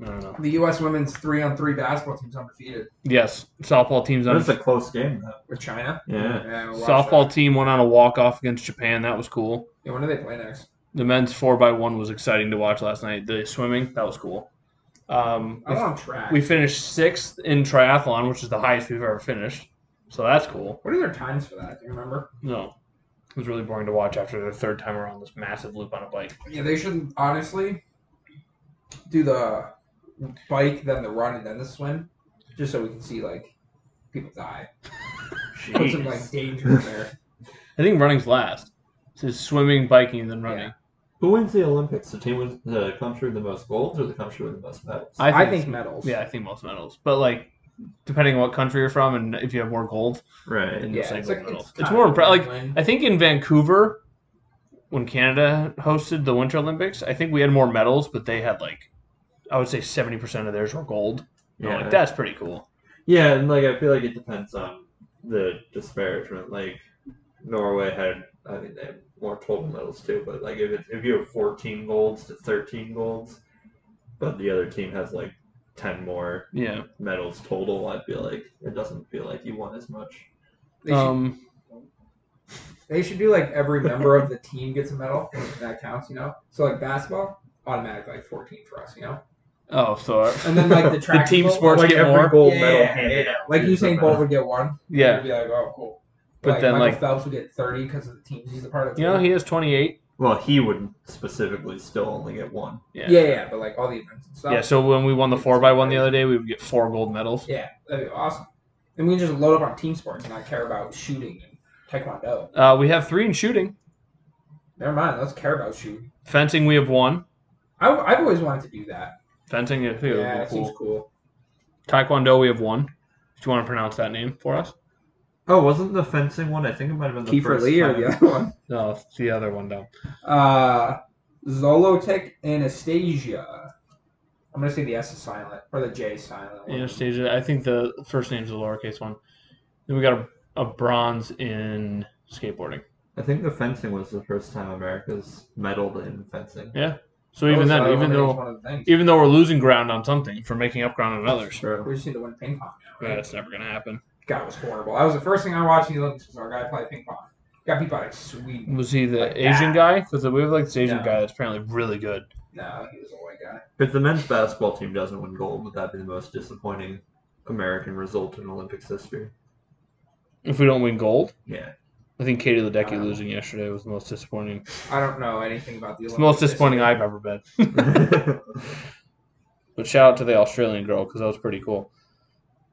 Speaker 3: I don't know.
Speaker 2: The U.S. women's three on three basketball team's undefeated
Speaker 3: Yes, softball team's
Speaker 1: That
Speaker 3: on.
Speaker 1: was a close game, though.
Speaker 2: with China.
Speaker 1: Yeah.
Speaker 2: we'll watch
Speaker 3: Softball
Speaker 2: that.
Speaker 3: team went on a walk off against Japan. That was cool.
Speaker 2: Yeah, when do they play next?
Speaker 3: The men's four x one was exciting to watch last night. The swimming that was cool. Um,
Speaker 2: I'm on track.
Speaker 3: we finished sixth in triathlon, which is the highest we've ever finished. So that's cool.
Speaker 2: what are their times for that? Do you remember?
Speaker 3: No. It was really boring to watch after their third time around this massive loop on a bike.
Speaker 2: Yeah, they should honestly do the bike, then the run, and then the swim, just so we can see like people die. Put some like danger in there.
Speaker 3: I think running's last. It's just swimming, biking, and then running.
Speaker 2: Yeah.
Speaker 1: Who wins the Olympics? The team with the country with the most golds or the country with the most medals?
Speaker 3: I think,
Speaker 2: I think medals.
Speaker 3: yeah, I think most medals. But like depending on what country you're from and if you have more gold,
Speaker 1: right.
Speaker 3: then
Speaker 2: Yeah,
Speaker 3: you'll say
Speaker 2: it's
Speaker 3: gold
Speaker 2: like-
Speaker 3: medals.
Speaker 2: it's
Speaker 3: It's,
Speaker 2: kinda
Speaker 3: more impre- like
Speaker 2: win-win.
Speaker 3: I think in Vancouver when Canada hosted the Winter Olympics, I think we had more medals, but they had like I would say seventy percent of theirs were gold. And I'm
Speaker 1: Yeah.
Speaker 3: like, that's pretty cool.
Speaker 1: yeah, and like I feel like it depends on the disparagement. Like Norway had, I mean, they had more total medals too, but like if it's, if you have 14 golds to 13 golds, but the other team has like 10 more
Speaker 3: Yeah.
Speaker 1: medals total, I feel like it doesn't feel like you won as much.
Speaker 2: They, should,
Speaker 3: Um
Speaker 2: they should do like every member of the team gets a medal. if That counts, you know. So like basketball, automatic like 14 for us, you know.
Speaker 3: oh so
Speaker 2: And then
Speaker 3: <laughs>
Speaker 2: like the track
Speaker 3: team
Speaker 2: and field,
Speaker 3: sports
Speaker 2: like,
Speaker 3: get more?
Speaker 1: gold
Speaker 2: Yeah,
Speaker 1: medal
Speaker 2: yeah,
Speaker 1: handed out
Speaker 2: like
Speaker 1: is a
Speaker 2: Usain
Speaker 1: medal.
Speaker 2: Bolt would get one.
Speaker 3: yeah.
Speaker 2: You'd be like, oh, cool.
Speaker 3: But then,
Speaker 2: Michael
Speaker 3: like-
Speaker 2: Phelps would get 30 because of the team he's a part of. The
Speaker 3: You know,
Speaker 2: team.
Speaker 3: he has 28.
Speaker 1: Well, he would specifically still only get one.
Speaker 3: Yeah.
Speaker 2: yeah, yeah, but like all the events and stuff.
Speaker 3: Yeah, so when we won the 4x1 the other day, we would get four gold medals.
Speaker 2: Yeah, that'd be awesome. And we can just load up on team sports and not care about shooting and taekwondo.
Speaker 3: Uh, we have three in shooting.
Speaker 2: Never mind, let's care about shooting.
Speaker 3: Fencing, we have one.
Speaker 2: I, I've always wanted to do that.
Speaker 3: Fencing, I think
Speaker 2: Yeah,
Speaker 3: it would
Speaker 2: it
Speaker 3: be cool.
Speaker 2: seems cool.
Speaker 3: Taekwondo, we have one. Do you want to pronounce that name for us?
Speaker 1: Oh, wasn't the fencing one? I think it might have been the
Speaker 2: Kiefer
Speaker 1: first
Speaker 2: Lee or
Speaker 1: time.
Speaker 2: the other one.
Speaker 3: No, it's the other one, though.
Speaker 2: Uh, Zolotek Anastasia. I'm going to say the S is silent, or the J is silent.
Speaker 3: Anastasia, I think the first name's the lowercase one. Then we got a, a bronze in skateboarding.
Speaker 1: I think the fencing was the first time America's medaled in fencing.
Speaker 3: So even
Speaker 2: Oh, That
Speaker 3: then,
Speaker 2: was eliminates
Speaker 3: even though
Speaker 2: One of the things.
Speaker 3: even though we're losing ground on something for making up ground on others,
Speaker 1: True.
Speaker 2: We just need to win ping pong now, right?
Speaker 3: that's never going to happen.
Speaker 2: God, it was horrible. That was the first thing I watched in the Olympics was our guy play ping pong. Got beat by like Sweden.
Speaker 3: Was he the
Speaker 2: Like that.
Speaker 3: Asian guy? Because we have like this Asian
Speaker 2: No.
Speaker 3: guy that's apparently really good.
Speaker 2: No, he was a white guy.
Speaker 1: If the men's basketball team doesn't win gold, would that be the most disappointing American result in Olympics history?
Speaker 3: If we don't win gold,
Speaker 1: <laughs> Yeah.
Speaker 3: I think Katie Ledecky
Speaker 2: Um,
Speaker 3: losing yesterday was the most disappointing.
Speaker 2: I don't know anything about the
Speaker 3: It's
Speaker 2: Olympics.
Speaker 3: the most disappointing I've
Speaker 1: <laughs>
Speaker 3: ever been. but shout out to the Australian girl because that was pretty cool.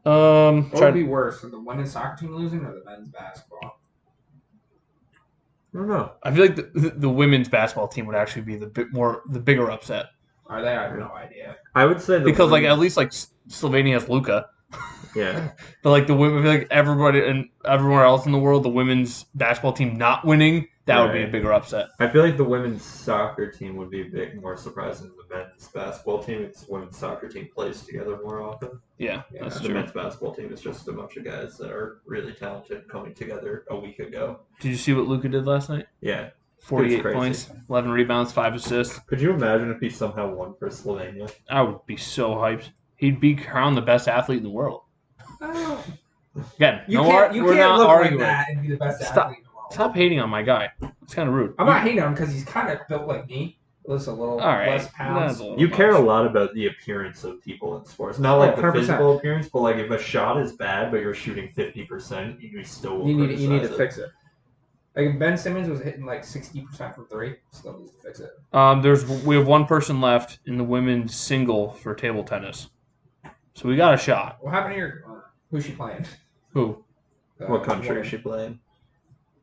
Speaker 3: Um,
Speaker 2: What
Speaker 3: tried-
Speaker 2: would be worse, the women's soccer team losing or the men's basketball?
Speaker 1: I don't know.
Speaker 3: I feel like the, the, the women's basketball team would actually be the bit more the bigger upset
Speaker 2: Are they? I have no idea.
Speaker 1: I would say the
Speaker 3: because like at
Speaker 1: women's-
Speaker 3: least like S- Slovenia has Luca,
Speaker 1: yeah,
Speaker 3: but like the women I feel like everybody and everywhere else in the world the women's basketball team not winning that would be a
Speaker 1: Right.
Speaker 3: bigger upset.
Speaker 1: I feel like the women's soccer team would be a bit more surprising than the men's basketball team. Because the women's soccer team plays together more often.
Speaker 3: Yeah,
Speaker 2: Yeah,
Speaker 3: that's
Speaker 1: the
Speaker 3: true.
Speaker 1: men's basketball team is just a bunch of guys that are really talented coming together a week ago.
Speaker 3: Did you see what Luca did last night?
Speaker 1: Yeah.
Speaker 3: Forty-eight
Speaker 1: crazy.
Speaker 3: points, eleven rebounds, five assists.
Speaker 1: Could you imagine if he somehow won for Slovenia?
Speaker 3: I would be so hyped. He'd be crowned the best athlete in the world.
Speaker 2: Oh,
Speaker 3: Again,
Speaker 2: you
Speaker 3: no
Speaker 2: can't,
Speaker 3: ar-
Speaker 2: you
Speaker 3: we're
Speaker 2: can't
Speaker 3: not
Speaker 2: look
Speaker 3: arguing.
Speaker 2: like that and be the best
Speaker 3: Stop.
Speaker 2: athlete in the world.
Speaker 3: Stop hating on my guy. It's kind of rude.
Speaker 2: I'm not hating on him because he's kind of built like me. Looks a little
Speaker 3: All right,
Speaker 2: less pounds.
Speaker 3: that's a little
Speaker 1: You
Speaker 3: much.
Speaker 1: care a lot about the appearance of people in sports, not
Speaker 2: Oh,
Speaker 1: like the
Speaker 2: 100%.
Speaker 1: physical appearance, but like if a shot is bad, but you're shooting fifty percent, you still will
Speaker 2: You need, you need to
Speaker 1: criticize it.
Speaker 2: fix it. Like if Ben Simmons was hitting like 60% from three, still needs to fix it.
Speaker 3: Um, there's we have one person left in the women's single for table tennis, so we got a shot.
Speaker 2: What happened to your. uh, Who's she playing?
Speaker 3: Who?
Speaker 2: Uh,
Speaker 1: What country
Speaker 2: woman.
Speaker 1: is she playing?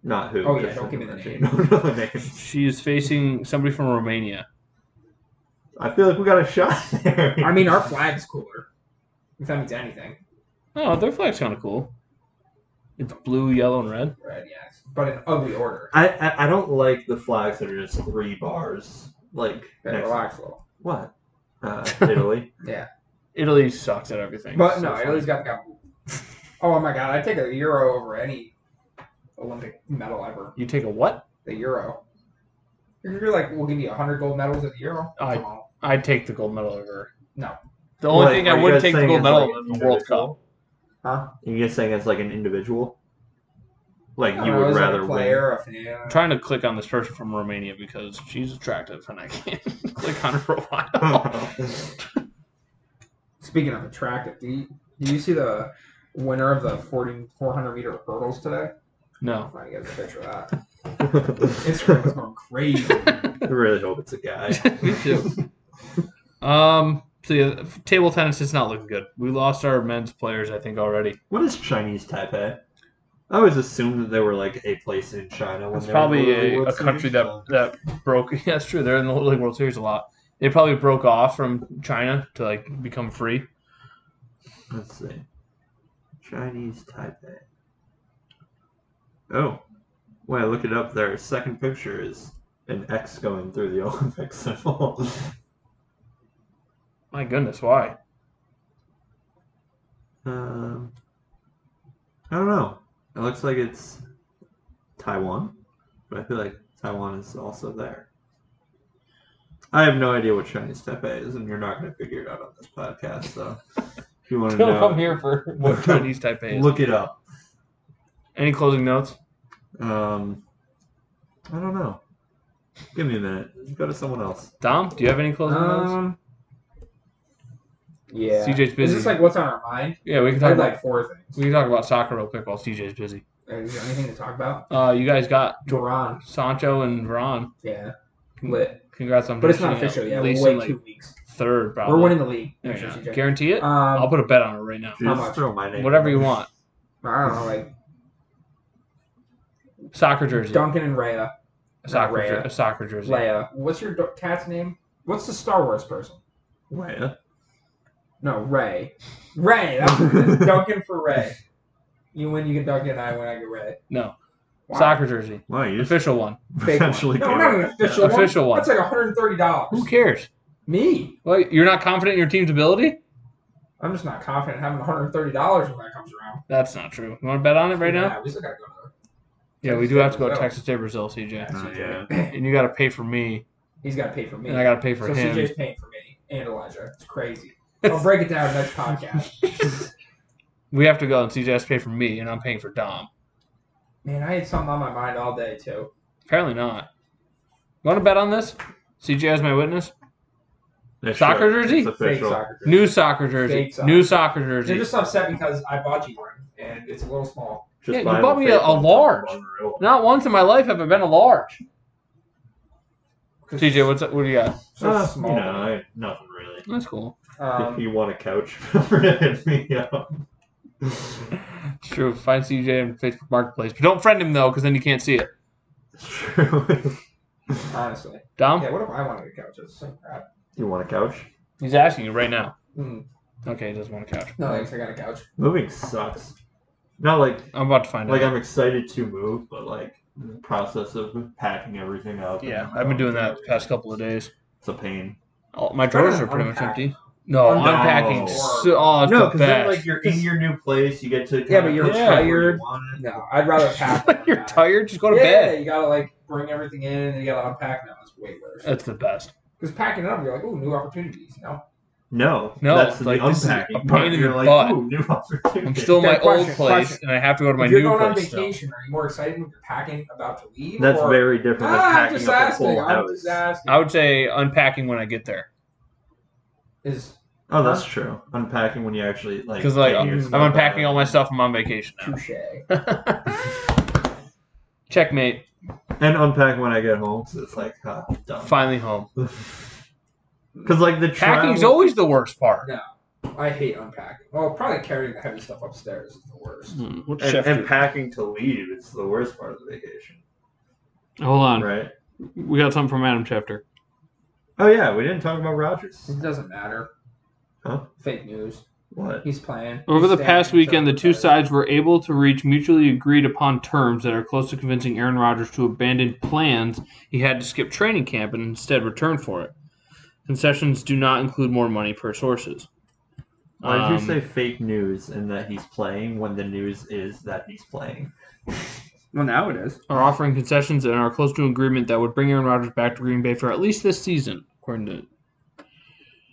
Speaker 1: Not who.
Speaker 2: Oh, yeah,
Speaker 1: just
Speaker 2: don't give me the
Speaker 1: <laughs> country.
Speaker 2: name.
Speaker 1: No, no, the name.
Speaker 3: She is facing somebody from Romania.
Speaker 1: I feel like we got a shot there.
Speaker 2: I mean, our flag's cooler. If that means anything.
Speaker 3: Oh, their flag's kind of cool. It's blue, yellow, and red.
Speaker 2: Red, yes. But in ugly order.
Speaker 1: <laughs> I, I I don't like the flags that are just three bars. Like
Speaker 2: Okay,
Speaker 1: next-
Speaker 2: relax a little.
Speaker 1: what? <laughs> Uh, Italy.
Speaker 3: Italy sucks at everything.
Speaker 2: But
Speaker 3: So
Speaker 2: no,
Speaker 3: funny.
Speaker 2: Italy's got the Oh my god, I'd take a euro over any Olympic medal ever.
Speaker 3: You take a what?
Speaker 2: The euro. If you're like, we'll give you 100 gold medals at the Euro.
Speaker 3: I-
Speaker 2: come on.
Speaker 3: I'd take the gold medal over.
Speaker 2: No.
Speaker 3: The only
Speaker 1: Like,
Speaker 3: thing
Speaker 1: are
Speaker 3: I
Speaker 1: you
Speaker 3: would
Speaker 1: guys
Speaker 3: take the
Speaker 1: saying
Speaker 3: gold
Speaker 1: it's
Speaker 3: medal
Speaker 1: like an
Speaker 3: is the World Cup.
Speaker 1: individual?
Speaker 2: Huh?
Speaker 1: You guys saying it's like an individual? Like
Speaker 2: I don't
Speaker 1: you
Speaker 2: know,
Speaker 1: would
Speaker 2: is it
Speaker 1: rather
Speaker 2: a
Speaker 1: win?
Speaker 2: player, a
Speaker 3: I'm
Speaker 2: fan?
Speaker 3: trying to click on this person from Romania because she's attractive and I can't <laughs> click on her for a while.
Speaker 1: <laughs>
Speaker 2: Speaking of attractive, do you, do you see the winner of the 40, 400 meter hurdles today?
Speaker 3: No.
Speaker 2: I'll find you guys a picture of that.
Speaker 1: <laughs>
Speaker 2: Instagram was going
Speaker 3: <laughs>
Speaker 2: crazy.
Speaker 1: I really hope it's a guy.
Speaker 3: Me too. um. So yeah, table tennis is not looking good. We lost our men's players, I think, already.
Speaker 1: What is Chinese Taipei? I always assumed that they were like a place in China. When
Speaker 3: It's
Speaker 1: they were in the
Speaker 3: probably a,
Speaker 1: World
Speaker 3: a country
Speaker 1: Series,
Speaker 3: that
Speaker 1: so-
Speaker 3: that broke. <laughs> Yeah, that's true. They're in the like, World Series a lot. They probably broke off from China to like become free.
Speaker 1: Let's see. Chinese Taipei. Oh. When I look it up, their second picture is an X going through the <laughs> Olympic symbol.
Speaker 3: My goodness, why?
Speaker 1: um, I don't know. It looks like it's Taiwan, but I feel like Taiwan is also there. I have no idea what Chinese Taipei is, and you're not going to figure it out on this podcast, so if you want to
Speaker 3: <laughs> Don't
Speaker 1: know,
Speaker 3: come here for what Chinese Taipei is.
Speaker 1: look it up.
Speaker 3: Any closing notes?
Speaker 1: Um, I don't know. Give me a minute. Go to someone else.
Speaker 3: Dom, do you have any closing notes?
Speaker 2: Um, yeah.
Speaker 3: CJ's
Speaker 2: Is
Speaker 3: busy.
Speaker 2: this like what's on our mind?
Speaker 3: yeah, we can
Speaker 2: I
Speaker 3: talk
Speaker 2: had
Speaker 3: about
Speaker 2: like four things.
Speaker 3: we can talk about soccer real quick while CJ's busy.
Speaker 2: Is there anything to talk about?
Speaker 3: Uh, you guys got
Speaker 2: Duran.
Speaker 3: Sancho and Veron.
Speaker 2: Yeah.
Speaker 3: Mm-hmm.
Speaker 2: Lit.
Speaker 3: Congrats on
Speaker 2: But it's not
Speaker 3: finishing
Speaker 2: official yet.
Speaker 3: At
Speaker 2: We'll
Speaker 3: least in,
Speaker 2: wait
Speaker 3: like,
Speaker 2: two weeks.
Speaker 3: third, probably.
Speaker 2: We're winning the league.
Speaker 3: There you
Speaker 2: Actually,
Speaker 3: go.
Speaker 2: CJ.
Speaker 3: Guarantee it.
Speaker 2: Um,
Speaker 3: I'll put a bet on it right now.
Speaker 1: Just
Speaker 2: much?
Speaker 1: throw my name.
Speaker 3: Whatever
Speaker 1: <laughs>
Speaker 3: you want.
Speaker 2: I don't know, like
Speaker 3: Soccer jersey.
Speaker 2: Duncan and Rhea,
Speaker 3: a soccer,
Speaker 2: Raya.
Speaker 3: jer- a soccer jersey.
Speaker 2: Leia. What's your do- cat's name? What's the Star Wars person?
Speaker 1: Wait.
Speaker 2: No, Ray. Ray. That's
Speaker 3: <laughs>
Speaker 2: Duncan for Ray. You win, you get Duncan. and I win, I get Ray.
Speaker 3: No,
Speaker 2: Wow.
Speaker 3: soccer jersey.
Speaker 1: Wow, you just
Speaker 3: Official one.
Speaker 2: Fake one.
Speaker 1: potentially
Speaker 2: No,
Speaker 1: came
Speaker 2: not
Speaker 1: up
Speaker 2: an
Speaker 1: with that.
Speaker 2: official one.
Speaker 3: Official one.
Speaker 2: That's like one hundred thirty dollars.
Speaker 3: Who cares?
Speaker 2: Me.
Speaker 3: Well, you're not confident in your team's ability.
Speaker 2: I'm just not confident having one hundred thirty dollars when that comes around.
Speaker 3: That's not true. You want to bet on it right now?
Speaker 2: Yeah, we still gotta go
Speaker 3: Yeah, we do have to go
Speaker 2: Brazil.
Speaker 3: Texas State Brazil, CJ.
Speaker 1: Oh,
Speaker 2: to.
Speaker 1: yeah.
Speaker 3: And you got to pay for me,
Speaker 2: <laughs> He's got to pay for me.
Speaker 3: and I got to pay for
Speaker 2: so
Speaker 3: him.
Speaker 2: CJ's paying for me and Elijah. It's crazy. I'll break it down next podcast.
Speaker 3: <laughs> We have to go, and CJ has to pay for me, and I'm paying for Dom.
Speaker 2: Man, I had something on my mind all day too.
Speaker 3: Apparently not. You want to bet on this? CJ as my witness.
Speaker 1: It's
Speaker 3: Soccer
Speaker 1: official.
Speaker 3: jersey?
Speaker 1: It's
Speaker 2: Fake
Speaker 1: official.
Speaker 2: soccer. jersey.
Speaker 3: New soccer jersey.
Speaker 2: Fake soccer.
Speaker 3: New soccer jersey.
Speaker 2: They're just upset because I bought you one, and it's a little small.
Speaker 1: Just
Speaker 3: Yeah, you
Speaker 1: buy
Speaker 3: bought
Speaker 1: the
Speaker 3: me a-
Speaker 1: fake
Speaker 3: a
Speaker 1: one.
Speaker 3: large. Not once in my life have I been a large.
Speaker 2: 'Cause
Speaker 3: CJ, what's up? What do you got?
Speaker 2: it's so
Speaker 1: Uh,
Speaker 2: small.
Speaker 1: You know, I, nothing really.
Speaker 3: That's cool.
Speaker 1: if
Speaker 2: Um,
Speaker 1: you want a couch, <laughs> feel free to hit me
Speaker 3: <laughs>
Speaker 1: up.
Speaker 3: It's true. Find CJ on Facebook Marketplace, but don't friend him though, because then you can't see it.
Speaker 1: It's true.
Speaker 2: honestly,
Speaker 3: Dom,
Speaker 2: yeah. What if I wanted a couch? It's so crap.
Speaker 1: you want a couch?
Speaker 3: he's asking you right now.
Speaker 2: Mm,
Speaker 3: Okay, he doesn't want a couch.
Speaker 2: no thanks. I got a couch.
Speaker 1: Moving sucks. Not like
Speaker 3: I'm about to find
Speaker 1: like
Speaker 3: out.
Speaker 1: I'm excited to move, but like the process of packing everything up. and
Speaker 3: yeah, I've been doing that the past couple of days.
Speaker 1: It's a pain.
Speaker 3: All, my
Speaker 2: Try to
Speaker 3: drawers are pretty much
Speaker 2: unpack. Oh,
Speaker 3: empty. No,
Speaker 2: No.
Speaker 3: unpacking. So, oh, it's
Speaker 1: No,
Speaker 3: the
Speaker 1: because then
Speaker 3: best. <laughs>
Speaker 1: like you're in your new place, you get to
Speaker 2: Yeah, but
Speaker 1: kinda
Speaker 2: you're
Speaker 1: control where you
Speaker 2: tired.
Speaker 1: want it.
Speaker 2: No, <laughs> I'd rather pack. than
Speaker 3: <laughs> you're
Speaker 2: unpack.
Speaker 3: tired. Just go to
Speaker 2: yeah,
Speaker 3: bed.
Speaker 2: you gotta like bring everything in, and you gotta unpack now. It's way worse.
Speaker 3: That's the best.
Speaker 2: Because packing it up, you're like, ooh, new opportunities. No,
Speaker 1: No,
Speaker 3: No,
Speaker 1: that's
Speaker 3: like,
Speaker 1: the
Speaker 3: this is a
Speaker 1: unpacking.
Speaker 3: pain
Speaker 1: part.
Speaker 3: in
Speaker 1: You're
Speaker 3: the
Speaker 1: like,
Speaker 3: butt.
Speaker 1: Ooh, new <laughs> opportunity.
Speaker 3: I'm still in
Speaker 2: Okay,
Speaker 3: my old
Speaker 2: question,
Speaker 3: place,
Speaker 2: question.
Speaker 3: and I have to go to my
Speaker 2: if you're
Speaker 3: new
Speaker 2: going on
Speaker 3: place. still.
Speaker 2: vacation, are you more excited when you're packing about to leave?
Speaker 1: That's
Speaker 2: or...
Speaker 1: very different than
Speaker 2: Ah, I'm
Speaker 1: packing
Speaker 2: just
Speaker 1: up a
Speaker 2: asking.
Speaker 1: whole
Speaker 2: I'm
Speaker 1: house.
Speaker 2: just asking.
Speaker 3: I would say unpacking when I get there.
Speaker 2: Is
Speaker 1: Oh, that's true. Unpacking when you actually like.
Speaker 3: Because Uh-huh. like
Speaker 1: take
Speaker 3: I'm
Speaker 1: your stuff out.
Speaker 3: unpacking all my stuff. I'm on vacation now.
Speaker 2: touche. <laughs>
Speaker 3: Checkmate.
Speaker 1: and unpack when I get home. So it's like huh, done. <laughs>
Speaker 3: Finally home.
Speaker 1: Because like the
Speaker 3: Packing's
Speaker 1: travel-
Speaker 3: always the worst part.
Speaker 2: I hate unpacking. Well, probably carrying the heavy stuff upstairs is the worst.
Speaker 3: What
Speaker 1: and,
Speaker 3: chef
Speaker 1: and
Speaker 3: do-
Speaker 1: packing to leave. It's the worst part of the vacation,
Speaker 3: Hold on.
Speaker 1: right?
Speaker 3: We got something from Adam Chapter.
Speaker 1: Oh yeah, we didn't talk about Rogers.
Speaker 2: It doesn't matter.
Speaker 1: Huh?
Speaker 2: Fake news.
Speaker 1: What?
Speaker 2: He's playing.
Speaker 3: Over
Speaker 2: He's
Speaker 3: the past
Speaker 2: standing
Speaker 3: weekend, the
Speaker 2: himself
Speaker 3: two
Speaker 2: with
Speaker 3: sides were able to reach mutually agreed upon terms that are close to convincing Aaron Rodgers to abandon plans he had to skip training camp and instead return for it. Concessions do not include more money per sources.
Speaker 1: Why did you
Speaker 3: Um,
Speaker 1: say fake news and that he's playing when the news is that he's playing?
Speaker 2: Well, now it is.
Speaker 3: are offering concessions and are close to an agreement that would bring Aaron Rodgers back to Green Bay for at least this season, according to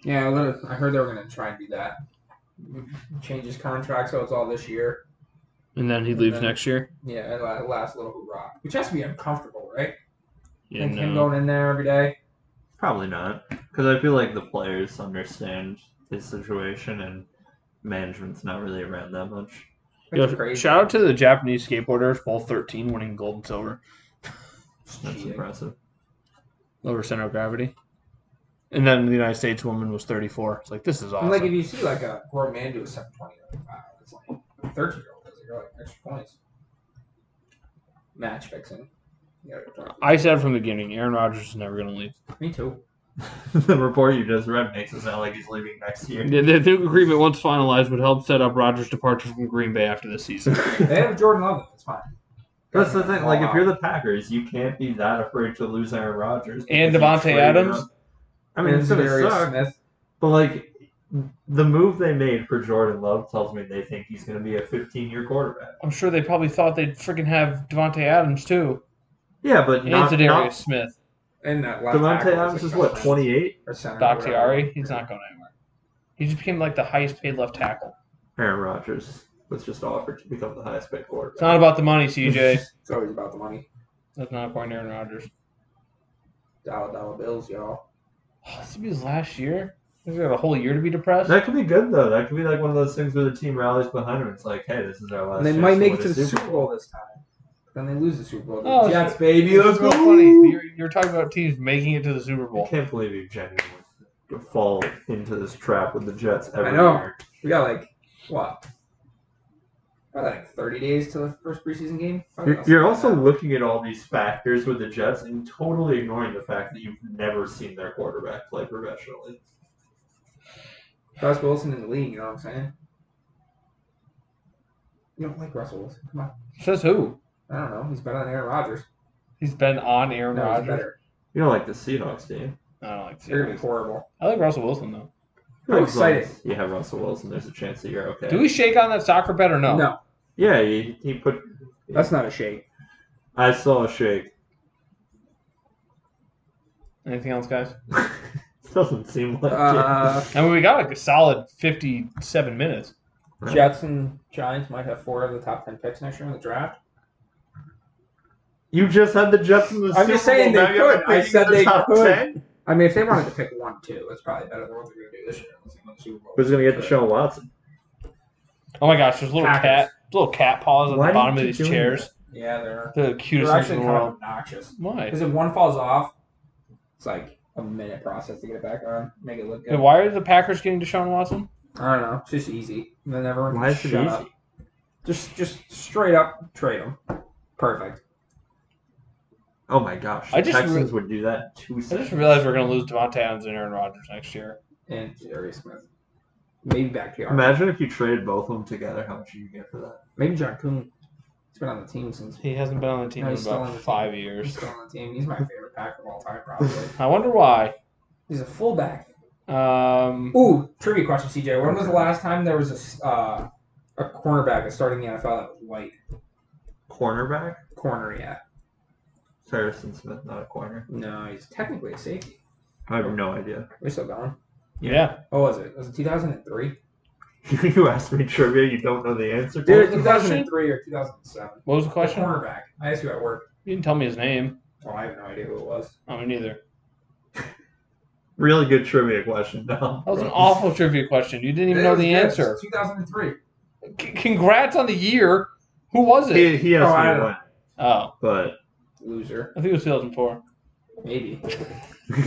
Speaker 2: Yeah, a little, I heard they were going to try and do that. Change his contract so it's all this year.
Speaker 3: and then he
Speaker 2: And
Speaker 3: leaves
Speaker 2: then-
Speaker 3: next year.
Speaker 2: Yeah, la- last little hoorah. Which has to be uncomfortable, right?
Speaker 3: Yeah,
Speaker 2: Like him
Speaker 3: no.
Speaker 2: going in there every day.
Speaker 1: Probably not, because I feel like the players understand his situation and management's not really around that much.
Speaker 2: It's
Speaker 3: Yeah,
Speaker 2: crazy.
Speaker 3: Shout out to the Japanese skateboarders, all 13 winning gold and silver
Speaker 1: That's
Speaker 2: Cheating.
Speaker 1: impressive.
Speaker 3: over center of gravity. And then the United States woman was 34. It's like, this is
Speaker 2: And,
Speaker 3: awesome.
Speaker 2: Like if you see like a grown man do a seven twenty, like wow, it's like a thirteen year old does it, you're like extra points. Match fixing. You gotta go
Speaker 3: I said from the beginning, Aaron Rodgers is never going to leave.
Speaker 2: talk. Me too.
Speaker 1: <laughs> the report you just read makes it sound like he's leaving next year.
Speaker 3: The, the new agreement, once finalized, would help set up Rodgers' departure from Green Bay after this season.
Speaker 2: They have Jordan Love. It's fine.
Speaker 1: That's the thing. Like, if you're the Packers, you can't be that afraid to lose Aaron Rodgers
Speaker 3: And
Speaker 1: because
Speaker 3: Davante
Speaker 1: you traded
Speaker 3: Adams?
Speaker 1: up- I mean, it's gonna
Speaker 2: Darius
Speaker 1: suck,
Speaker 2: Smith.
Speaker 1: but like, the move they made for Jordan Love tells me they think he's gonna be a 15 year quarterback.
Speaker 3: <laughs> I'm sure they probably thought they'd freaking have Devonte Adams, too.
Speaker 1: Yeah, but not,
Speaker 3: and
Speaker 1: not
Speaker 3: Darius Smith.
Speaker 2: And that left
Speaker 1: Devontae
Speaker 2: tackle
Speaker 1: Adams
Speaker 2: like
Speaker 1: is what
Speaker 2: freshman
Speaker 1: 28.
Speaker 2: or center or
Speaker 3: Bakhtiari,
Speaker 2: whatever.
Speaker 3: he's not going anywhere. He just became like the highest paid left tackle.
Speaker 1: Aaron Rodgers was just offered to become the highest paid
Speaker 3: It's
Speaker 1: quarterback.
Speaker 3: not about the money, <laughs> CJ.
Speaker 2: It's always about the money.
Speaker 3: That's not according to Aaron Rodgers.
Speaker 2: Dollar dollar bills, y'all.
Speaker 3: Oh, this would be his last year. He's got a whole year to be depressed.
Speaker 1: That could be good though. That could be like one of those things where the team rallies behind him. It's like, hey, this is our last.
Speaker 2: And they
Speaker 1: chance
Speaker 2: might make
Speaker 1: win
Speaker 2: it to
Speaker 1: a
Speaker 2: the Super Bowl this time. Then they lose the Super Bowl. to
Speaker 3: Oh,
Speaker 2: the Jets, baby.
Speaker 3: It's
Speaker 2: Let's
Speaker 3: so
Speaker 2: go.
Speaker 3: funny. You're, you're talking about teams making it to the Super
Speaker 1: I
Speaker 3: Bowl.
Speaker 1: can't believe you genuinely fall into this trap with the Jets every
Speaker 2: I know.
Speaker 1: year.
Speaker 2: We got like what? Probably like thirty days till the first preseason game. Probably
Speaker 1: You're, you're
Speaker 2: about
Speaker 1: also
Speaker 2: something like
Speaker 1: looking at all these factors with the Jets and totally ignoring the fact that you've never seen their quarterback play professionally.
Speaker 2: that. Russ Wilson in the league. You know what I'm saying? You don't like Russell Wilson? Come on.
Speaker 3: Says who?
Speaker 2: I don't know. He's better than Aaron Rodgers.
Speaker 3: He's been on Aaron
Speaker 2: No, he's
Speaker 3: Rodgers.
Speaker 2: better.
Speaker 1: You don't like the Seahawks team.
Speaker 3: I don't like
Speaker 2: They're gonna be
Speaker 3: Seahawks.
Speaker 2: horrible.
Speaker 3: I like Russell Wilson though.
Speaker 2: I'm
Speaker 1: As long
Speaker 2: excited.
Speaker 1: as You have Russell Wilson. There's a chance that you're okay.
Speaker 3: Do we shake on that soccer bet or no?
Speaker 1: Yeah, he, he put.
Speaker 2: that's not
Speaker 1: <laughs>
Speaker 2: a shake.
Speaker 1: I saw a shake. <laughs>
Speaker 3: Anything else, guys?
Speaker 1: Doesn't seem like
Speaker 2: Uh,
Speaker 3: I mean, we got like a solid 57 minutes.
Speaker 2: Jets and Giants might have four of the top ten picks next year in the draft.
Speaker 1: it. You just had the Jets in the
Speaker 2: I'm just
Speaker 1: Super
Speaker 2: saying
Speaker 1: Bowl,
Speaker 2: they
Speaker 1: now you have
Speaker 2: could.
Speaker 1: to
Speaker 2: I
Speaker 1: pick
Speaker 2: said
Speaker 1: in the
Speaker 2: they
Speaker 1: top
Speaker 2: could.
Speaker 1: 10?
Speaker 2: I mean, if they wanted to pick one, two, it's probably better than what they're gonna do this year. Let's see what the Super Bowl
Speaker 1: Who's gonna get
Speaker 2: is.
Speaker 1: Deshaun Watson?
Speaker 3: Oh my gosh, there's little
Speaker 2: Packers.
Speaker 3: cat, little cat paws at
Speaker 1: Why
Speaker 3: the
Speaker 1: do you
Speaker 3: bottom of
Speaker 1: keep
Speaker 3: these
Speaker 1: doing
Speaker 3: chairs.
Speaker 2: Yeah, they're
Speaker 3: They're the cutest
Speaker 2: They're
Speaker 3: things
Speaker 2: actually
Speaker 3: in the
Speaker 2: kind of
Speaker 3: world.
Speaker 2: obnoxious.
Speaker 3: Why?
Speaker 2: Because if one falls off, it's like a minute process to get it back on, make it look
Speaker 3: Then
Speaker 2: good.
Speaker 3: why are the Packers getting Deshaun Watson?
Speaker 2: I don't know. It's just easy. And then everyone
Speaker 1: Why
Speaker 2: can
Speaker 1: is it
Speaker 2: shut up. Just, just straight up trade them. Perfect.
Speaker 1: Oh my gosh, the
Speaker 3: I just
Speaker 1: Texans would do that in two
Speaker 3: I just
Speaker 1: seconds.
Speaker 3: realized we're gonna lose Devontae Adams and Aaron Rodgers next year.
Speaker 2: And Darius Smith. Maybe back to
Speaker 1: Imagine if you traded both of them together, how much you get for that?
Speaker 2: Maybe John Coon. He's been on the team since
Speaker 3: He hasn't been on the team
Speaker 2: No,
Speaker 3: in
Speaker 2: he's still on
Speaker 3: about
Speaker 2: the team.
Speaker 3: five
Speaker 2: he's
Speaker 3: years.
Speaker 2: still on the team. He's my favorite pack of all time, probably.
Speaker 3: I wonder why.
Speaker 2: he's a fullback.
Speaker 3: Um,
Speaker 2: Ooh, trivia question, CJ. When was the last time there was a s- uh, a cornerback that started in the NFL that was white?
Speaker 1: Cornerback?
Speaker 2: Corner, yeah.
Speaker 1: Harrison Smith, not a corner.
Speaker 2: No, he's technically a safety.
Speaker 1: I have no idea. <laughs>
Speaker 2: We're still going.
Speaker 3: yeah.
Speaker 2: What was it? Was it 2003?
Speaker 1: you asked me trivia, you don't know the answer to
Speaker 3: Dude,
Speaker 1: it.
Speaker 3: was
Speaker 1: <laughs>
Speaker 3: the
Speaker 2: 2003 or 2007.
Speaker 3: What was the
Speaker 2: The
Speaker 3: question?
Speaker 2: cornerback. I asked you at work.
Speaker 3: You didn't tell me his name.
Speaker 2: Oh, I have no idea who it was.
Speaker 3: I mean, neither.
Speaker 1: Really good trivia question, though. <laughs>
Speaker 3: That was an awful trivia question. You didn't even know the
Speaker 2: It was- it
Speaker 3: answer.
Speaker 2: was 2003.
Speaker 3: C- congrats on the year. Who was it?
Speaker 1: He, he asked
Speaker 2: Oh, I
Speaker 1: me
Speaker 2: don't-
Speaker 1: when,
Speaker 3: Oh,
Speaker 1: but <laughs>
Speaker 2: Loser.
Speaker 3: I think it was 2004.
Speaker 2: Maybe.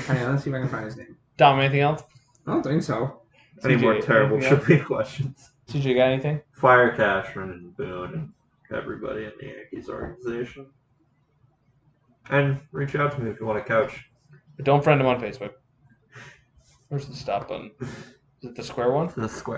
Speaker 2: Hang on, let's see if I can find his name.
Speaker 3: Dom, anything else?
Speaker 2: I don't think so.
Speaker 1: any
Speaker 3: TJ,
Speaker 1: more terrible
Speaker 3: anything else?
Speaker 1: trivia <laughs> questions?
Speaker 3: TJ, got anything?
Speaker 1: Fire Cashman and Boone and everybody in the Yankees organization. And reach out to me if you want a couch.
Speaker 3: But don't friend him on Facebook. Where's the stop button? Is it the square one?
Speaker 1: The square.